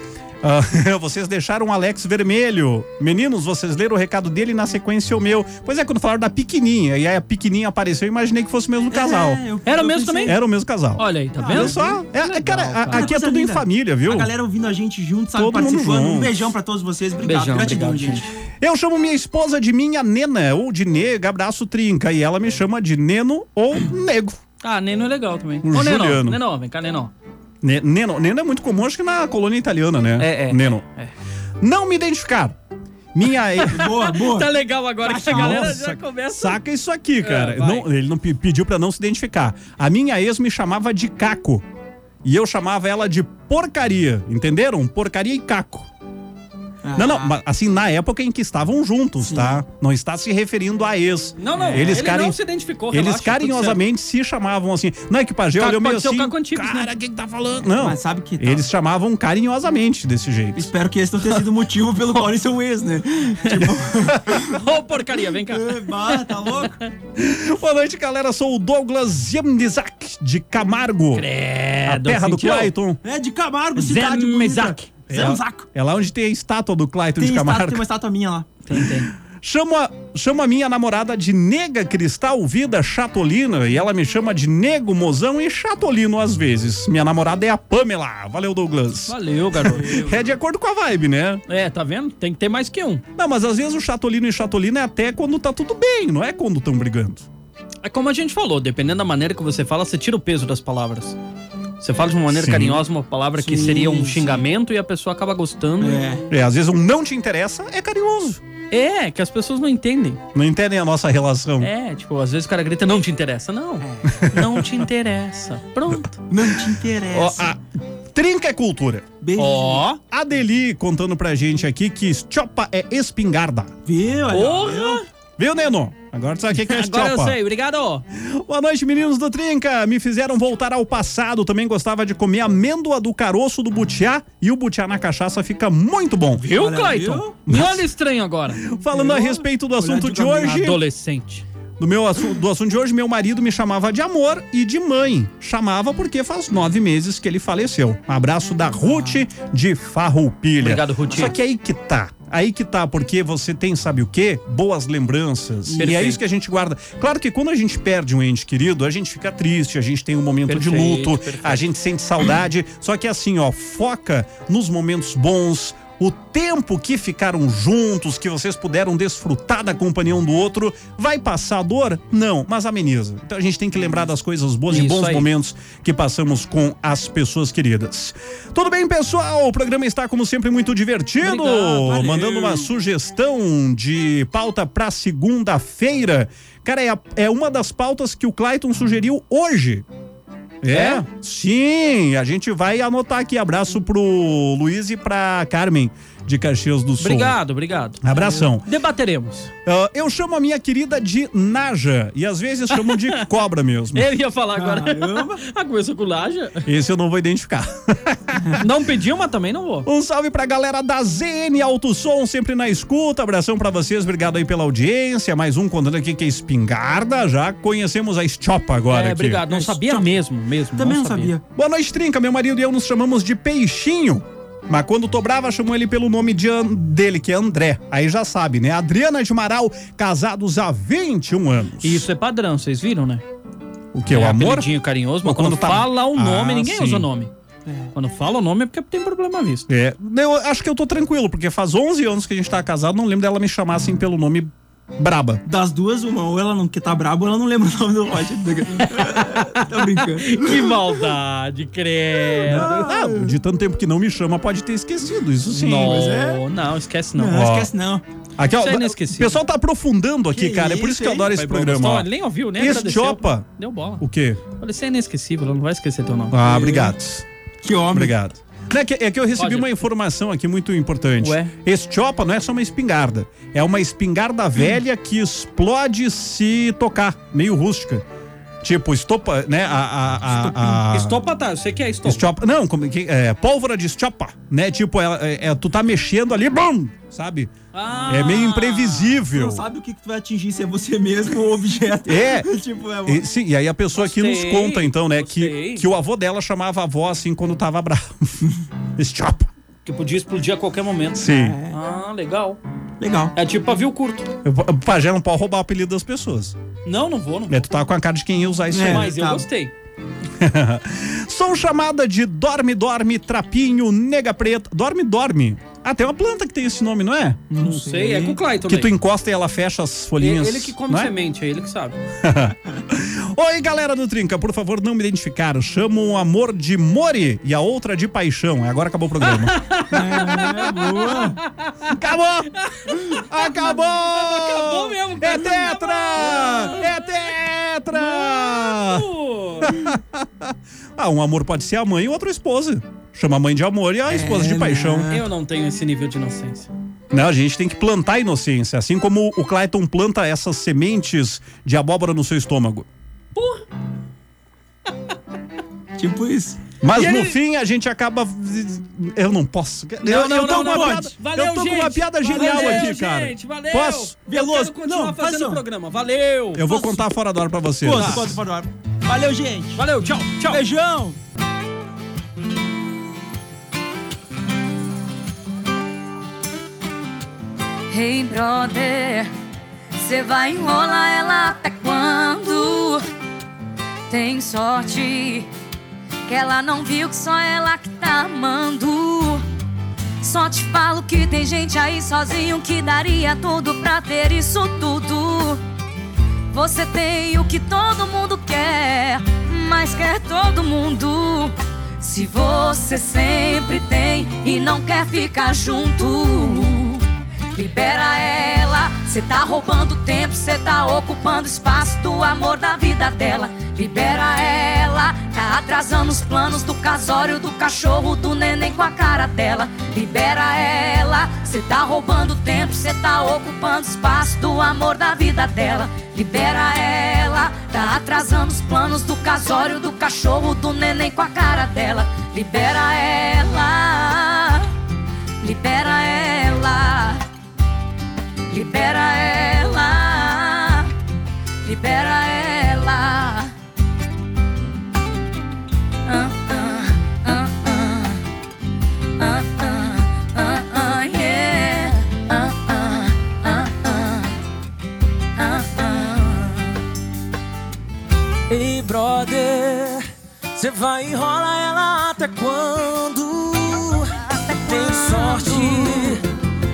[SPEAKER 4] Ah, <laughs> vocês deixaram o Alex vermelho. Meninos, vocês leram o recado dele e na sequência o meu. Pois é, quando falaram da pequenininha, e aí a pequenininha apareceu, eu imaginei que fosse o mesmo casal.
[SPEAKER 5] É, Ah, eu-
[SPEAKER 6] Era
[SPEAKER 5] eu
[SPEAKER 6] mesmo
[SPEAKER 5] pensei-
[SPEAKER 6] também?
[SPEAKER 4] Era o mesmo casal.
[SPEAKER 6] Olha aí, tá
[SPEAKER 4] Olha
[SPEAKER 6] vendo?
[SPEAKER 4] só. É, é, cara, a-
[SPEAKER 6] cara.
[SPEAKER 4] aqui é
[SPEAKER 5] Coisa
[SPEAKER 4] tudo em
[SPEAKER 5] linda.
[SPEAKER 4] família, viu?
[SPEAKER 5] A galera ouvindo a gente junto, sabe?
[SPEAKER 4] Todo mundo
[SPEAKER 5] participando. Um
[SPEAKER 4] junto.
[SPEAKER 5] beijão pra todos vocês. Obrigado.
[SPEAKER 6] Beijão,
[SPEAKER 5] Gratidão,
[SPEAKER 6] obrigado,
[SPEAKER 5] gente.
[SPEAKER 4] Eu chamo minha esposa de minha nena, ou de nega, abraço trinca, e ela
[SPEAKER 5] É.
[SPEAKER 4] me chama de neno ou nego.
[SPEAKER 6] Ah, Neno é legal também.
[SPEAKER 4] O
[SPEAKER 6] Ô, Neno,
[SPEAKER 4] Juliano.
[SPEAKER 6] Neno, vem cá, Neno.
[SPEAKER 4] Ne- Neno. Neno é muito comum, acho que na colônia italiana, né?
[SPEAKER 6] É, é.
[SPEAKER 4] Neno. Não me identificaram. Minha ex.
[SPEAKER 5] Boa, boa.
[SPEAKER 6] Tá legal agora que <laughs> a galera já
[SPEAKER 4] Nossa,
[SPEAKER 6] começa.
[SPEAKER 4] Saca isso aqui, cara.
[SPEAKER 6] É, vai.
[SPEAKER 4] Não- ele não pe- pediu pra não se identificar. A minha ex me chamava de Caco. E eu chamava ela de porcaria. Entenderam? Porcaria e Caco.
[SPEAKER 5] É.
[SPEAKER 4] Não,
[SPEAKER 6] Ah.
[SPEAKER 4] não, mas, assim, na época em que estavam juntos, tá? Não está se referindo a ex.
[SPEAKER 6] Não, não,
[SPEAKER 4] Eles
[SPEAKER 6] ele
[SPEAKER 4] cari-
[SPEAKER 6] não se identificou.
[SPEAKER 4] Eles
[SPEAKER 6] relaxa, tudo
[SPEAKER 4] carinhosamente se chamavam assim. Não é que o Pajé
[SPEAKER 6] Caco
[SPEAKER 4] olhou meio
[SPEAKER 6] pode ser o
[SPEAKER 4] assim.
[SPEAKER 6] Caco Antibes, né?"
[SPEAKER 4] cara, quem tá falando? Não.
[SPEAKER 5] Mas sabe que. tá-
[SPEAKER 4] Eles chamavam carinhosamente desse jeito.
[SPEAKER 5] Espero que esse não tenha sido o motivo pelo qual eles são
[SPEAKER 4] <laughs>
[SPEAKER 5] ex, né?
[SPEAKER 6] certo. Ô, porcaria, vem cá.
[SPEAKER 5] Bah, tá louco?
[SPEAKER 4] Boa noite, galera. Sou o Douglas Yemnizak, de Camargo. a
[SPEAKER 6] Credo,
[SPEAKER 4] terra do
[SPEAKER 6] sentiu?
[SPEAKER 4] Clayton.
[SPEAKER 5] É de Camargo, cidade
[SPEAKER 6] Zemizak.
[SPEAKER 5] bonita. Zemizak.
[SPEAKER 4] É lá onde tem a estátua do Clayton
[SPEAKER 5] Tem,
[SPEAKER 4] de
[SPEAKER 5] estátua,
[SPEAKER 4] Camargo.
[SPEAKER 5] tem uma estátua minha lá.
[SPEAKER 6] Tem, tem.
[SPEAKER 4] Chamo a, chamo a minha namorada de nega cristal vida chatolina e ela me chama de nego mozão e chatolino às vezes. Minha namorada é a Pamela. Valeu, Douglas. <laughs>
[SPEAKER 6] Valeu, garoto.
[SPEAKER 4] É de acordo com a vibe, né?
[SPEAKER 6] é, tá vendo? Tem que ter mais que um.
[SPEAKER 4] Não, mas às vezes o chatolino e chatolina é até quando tá tudo bem, não é quando estão brigando.
[SPEAKER 6] É como a gente falou, dependendo da maneira que você fala, você tira o peso das palavras. Você fala de uma maneira
[SPEAKER 4] Sim.
[SPEAKER 6] carinhosa uma palavra que
[SPEAKER 5] Sim,
[SPEAKER 6] seria
[SPEAKER 5] sim.
[SPEAKER 6] um xingamento e a pessoa acaba gostando.
[SPEAKER 5] É.
[SPEAKER 4] É, às vezes um não te interessa é carinhoso.
[SPEAKER 6] É, que as pessoas não entendem.
[SPEAKER 4] Não entendem a nossa relação.
[SPEAKER 6] É, tipo, às vezes o cara grita, não te interessa. Não, <laughs> não te interessa. Pronto.
[SPEAKER 5] É. Não te
[SPEAKER 4] Ó,
[SPEAKER 5] interessa.
[SPEAKER 4] a- trinca é cultura.
[SPEAKER 5] Beijo.
[SPEAKER 6] Ó,
[SPEAKER 4] Adeli contando pra gente aqui que estiopa é espingarda.
[SPEAKER 5] Viu? Olha,
[SPEAKER 6] porra!
[SPEAKER 4] Viu, Neno? Agora tu sabe o que que é estiopa.
[SPEAKER 6] <laughs> Agora eu sei, obrigado.
[SPEAKER 4] Boa noite, meninos do Trinca. Me fizeram voltar ao passado. Também gostava de comer amêndoa do caroço do butiá e o butiá na cachaça fica muito bom.
[SPEAKER 6] Viu,
[SPEAKER 5] Olha,
[SPEAKER 6] Clayton?
[SPEAKER 5] viu?
[SPEAKER 6] Me olha estranho agora.
[SPEAKER 4] Falando a respeito do assunto
[SPEAKER 5] de
[SPEAKER 4] de hoje,
[SPEAKER 6] Adolescente.
[SPEAKER 4] do meu assu- do assunto de hoje, meu marido me chamava de amor e de mãe. Chamava porque faz nove meses que ele faleceu. Um abraço da Ruth de Farroupilha.
[SPEAKER 6] Obrigado, Ruth.
[SPEAKER 4] Só que aí que tá. Aí que tá, porque você tem, sabe o quê? Boas lembranças. E é
[SPEAKER 6] Perfeito.
[SPEAKER 4] isso que a gente guarda. Claro que quando a gente perde um ente querido, a gente fica triste, a gente tem um momento de
[SPEAKER 6] Perfeito,
[SPEAKER 4] luto,
[SPEAKER 6] perfeito.
[SPEAKER 4] a gente sente saudade. Só que assim, ó, foca nos momentos bons. O tempo que ficaram juntos, que vocês puderam desfrutar da companhia um do outro, vai passar a dor? Não, mas ameniza. Então a gente tem que lembrar das coisas boas e
[SPEAKER 6] Isso
[SPEAKER 4] bons
[SPEAKER 6] aí.
[SPEAKER 4] momentos que passamos com as pessoas queridas. Tudo bem, pessoal? O programa está, como sempre, muito divertido.
[SPEAKER 6] Obrigado, valeu.
[SPEAKER 4] Mandando uma sugestão de pauta para segunda-feira. Cara, é, a- é uma das pautas que o Clayton sugeriu hoje. É? Sim, a gente vai anotar aqui. Abraço pro Luiz e pra Carmen de Caxias do Sul.
[SPEAKER 6] Obrigado, obrigado.
[SPEAKER 4] Abração.
[SPEAKER 6] Debateremos.
[SPEAKER 4] Ah, eu chamo a minha querida de Naja e às vezes chamo
[SPEAKER 6] <laughs>
[SPEAKER 4] de cobra mesmo.
[SPEAKER 6] Eu ia falar agora.
[SPEAKER 5] Hum. Caramba.
[SPEAKER 6] <laughs> ah, começou com laja?
[SPEAKER 4] Esse eu não vou identificar.
[SPEAKER 6] Não pediu, mas também não vou.
[SPEAKER 4] Um salve pra galera da ZN Alto Som, sempre na escuta. Abração pra vocês, obrigado aí pela audiência. Mais um contando aqui que é espingarda. Já conhecemos a Estiopa agora.
[SPEAKER 6] é,
[SPEAKER 4] aqui.
[SPEAKER 6] obrigado. Não
[SPEAKER 5] É,
[SPEAKER 6] sabia
[SPEAKER 5] só-
[SPEAKER 6] mesmo, mesmo.
[SPEAKER 5] Também não sabia.
[SPEAKER 4] Boa noite, Trinca. Meu marido e eu nos chamamos de Peixinho. Mas quando tô brava, chamou ele pelo nome de An- dele, que é André. Aí já sabe, né? Adriana de Amaral, casados há 21 anos.
[SPEAKER 6] E isso é padrão, vocês viram, né?
[SPEAKER 4] O que?
[SPEAKER 6] é
[SPEAKER 4] o amor?
[SPEAKER 6] apelidinho carinhoso, mas
[SPEAKER 4] Ou
[SPEAKER 6] quando,
[SPEAKER 4] quando tá-
[SPEAKER 6] fala o nome,
[SPEAKER 4] Ah,
[SPEAKER 6] ninguém
[SPEAKER 4] sim.
[SPEAKER 6] usa o nome. Quando fala o nome é porque tem problema visto.
[SPEAKER 4] É. Eu acho que eu tô tranquilo, porque faz 11 anos que a gente tá casado, não lembro dela me chamar assim pelo nome braba.
[SPEAKER 5] Das duas, uma, ou ela não que tá brabo, ou ela não lembra o nome do
[SPEAKER 4] <laughs>
[SPEAKER 5] Roger. tá brincando.
[SPEAKER 6] Que maldade, credo.
[SPEAKER 4] Ah, de tanto tempo que não me chama, pode ter esquecido, isso sim.
[SPEAKER 6] não,
[SPEAKER 4] mas é-
[SPEAKER 6] não, esquece não.
[SPEAKER 5] Não,
[SPEAKER 6] Ó,
[SPEAKER 5] esquece não.
[SPEAKER 4] Aqui, ó,
[SPEAKER 6] Isso é
[SPEAKER 4] o
[SPEAKER 6] inesquecível.
[SPEAKER 4] pessoal tá aprofundando aqui,
[SPEAKER 5] Que
[SPEAKER 4] cara. é por
[SPEAKER 5] isso,
[SPEAKER 4] isso que eu
[SPEAKER 5] hein?
[SPEAKER 4] adoro esse
[SPEAKER 6] vai
[SPEAKER 4] programa.
[SPEAKER 6] Não,
[SPEAKER 4] ó.
[SPEAKER 6] ele nem ouviu, nem agradeceu.
[SPEAKER 4] Estiopa.
[SPEAKER 6] Deu bola.
[SPEAKER 4] O quê?
[SPEAKER 6] Olha, isso é inesquecível, ela não vai esquecer teu nome.
[SPEAKER 4] Ah, obrigado.
[SPEAKER 5] Que homem.
[SPEAKER 4] Obrigado. Não, é, que, é que eu recebi
[SPEAKER 6] Roger.
[SPEAKER 4] uma informação aqui muito importante.
[SPEAKER 6] Ué?
[SPEAKER 4] Estiopa não é só uma espingarda. É uma espingarda
[SPEAKER 6] Hum.
[SPEAKER 4] velha que explode se tocar. Meio rústica. Tipo, estopa, né? A, a, a, a-
[SPEAKER 6] Estopa tá, eu sei que é estopa.
[SPEAKER 4] Estiopa. Não, como que- é, pólvora de estiopa, né? Tipo, ela- é, é, tu tá mexendo ali, bum, sabe?
[SPEAKER 6] Ah.
[SPEAKER 4] É meio
[SPEAKER 5] Tu
[SPEAKER 4] imprevisível.
[SPEAKER 5] não sabe o que, que tu vai atingir, se é você mesmo ou o objeto.
[SPEAKER 4] É.
[SPEAKER 5] <laughs> tipo, é uma...
[SPEAKER 4] E, sim, e aí a pessoa aqui nos
[SPEAKER 6] Gostei,
[SPEAKER 4] conta, então, né?
[SPEAKER 6] gostei.
[SPEAKER 4] Que, que o avô dela chamava a avó assim quando tava bravo. <laughs> Estiopa.
[SPEAKER 6] Que podia explodir a qualquer momento.
[SPEAKER 4] Sim.
[SPEAKER 6] Ah, legal.
[SPEAKER 5] Legal.
[SPEAKER 6] É tipo pavio curto.
[SPEAKER 4] Eu- O pajé não pode é um roubar o apelido das pessoas.
[SPEAKER 6] Não, não vou, não vou.
[SPEAKER 4] Né? Tu É, tava com a cara de quem ia usar isso aí.
[SPEAKER 6] Mas eu
[SPEAKER 5] tá.
[SPEAKER 6] gostei.
[SPEAKER 4] Sou chamada de dorme, dorme, trapinho, nega preta. Dorme, dorme. Ah, tem uma planta que tem esse nome, não é?
[SPEAKER 6] Não sei, é com o Clayton
[SPEAKER 4] Que
[SPEAKER 6] daí.
[SPEAKER 4] tu encosta e ela fecha as folhinhas.
[SPEAKER 6] Ele que come
[SPEAKER 4] não é?
[SPEAKER 6] semente, é ele que sabe.
[SPEAKER 4] Oi, galera do Trinca, por favor, não me identificar. Chamo o amor de Mori e a outra de paixão. É, Agora acabou o
[SPEAKER 6] <laughs>
[SPEAKER 4] programa. <laughs> Acabou! Acabou! Acabou
[SPEAKER 6] mesmo,
[SPEAKER 4] É tetra! É tetra! ah, um amor pode ser a mãe e outro a esposa. Chama a mãe de amor e a esposa
[SPEAKER 6] É.
[SPEAKER 4] de paixão.
[SPEAKER 6] Eu não tenho esse nível de inocência.
[SPEAKER 4] Não, a gente tem que plantar a inocência, assim como o Clayton planta essas sementes de abóbora no seu estômago.
[SPEAKER 12] Tipo isso.
[SPEAKER 4] Mas
[SPEAKER 12] E
[SPEAKER 4] no
[SPEAKER 12] ele-
[SPEAKER 4] fim a gente acaba. Eu não posso. eu, eu tô com uma piada, eu tô com uma piada genial
[SPEAKER 6] Valeu,
[SPEAKER 4] aqui,
[SPEAKER 6] gente,
[SPEAKER 4] cara.
[SPEAKER 6] Valeu.
[SPEAKER 4] Posso?
[SPEAKER 12] Veloso.
[SPEAKER 6] Eu quero continuar
[SPEAKER 12] Não,
[SPEAKER 6] fazendo
[SPEAKER 12] faça.
[SPEAKER 6] o programa. Valeu.
[SPEAKER 4] Eu vou contar fora da hora pra Tá. vocês.
[SPEAKER 12] Conta, conta, fora do ar. Valeu, gente.
[SPEAKER 6] Valeu, tchau, tchau.
[SPEAKER 12] Beijão.
[SPEAKER 13] Hey brother, você vai enrolar ela até quando? Tem sorte que ela não viu que só ela que tá amando. Só te falo que tem gente aí sozinho que daria tudo pra ter isso tudo. Você tem o que todo mundo quer, mas quer todo mundo. Se você sempre tem e não quer ficar junto. Libera ela, cê tá roubando tempo, cê tá ocupando espaço do amor da vida dela. Libera ela, tá atrasando os planos do casório, do cachorro, do neném com a cara dela. Libera ela, cê tá roubando tempo, cê tá ocupando espaço do amor da vida dela. Libera ela, tá atrasando os planos do casório, do cachorro, do neném com a cara dela. Libera ela. Libera ela, libera ela, libera ela. Ah, ah, ah, ah. Ah, ah, ah, ah, yeah. Ah, ah, ah, ah. Ah, ah.
[SPEAKER 5] Ei, brother, você vai enrolar ela até quando? Tem sorte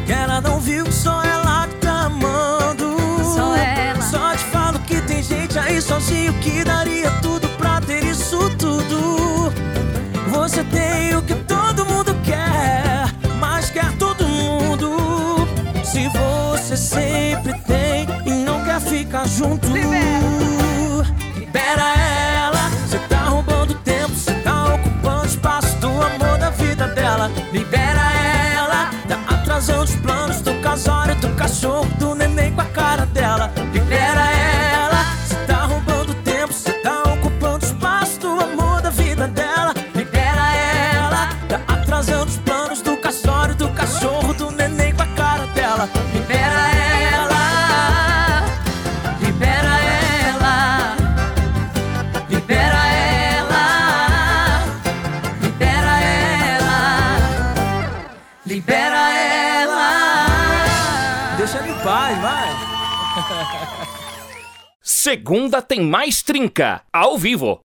[SPEAKER 5] que ela não viu que só ela que tá amando.
[SPEAKER 13] Só ela.
[SPEAKER 5] Só te falo que tem gente aí sozinho que daria tudo pra ter isso tudo. Você tem o que todo mundo quer, mas quer todo mundo. Se você sempre tem e não quer ficar junto, libera, ela. Você tá roubando tempo, você tá ocupando espaço do amor da vida dela. Libera ela, tá atrasando os planos do casório, do cachorro, do neném com a cara dela. Libera ela, você tá roubando tempo, você tá ocupando espaço do amor da vida dela. Libera ela, tá atrasando os planos do casório, do cachorro, do neném com a cara dela. Libera ela,
[SPEAKER 13] libera ela, libera ela, libera ela, libera ela.
[SPEAKER 5] Deixa ele em paz, vai.
[SPEAKER 1] Segunda tem mais trinca, ao vivo.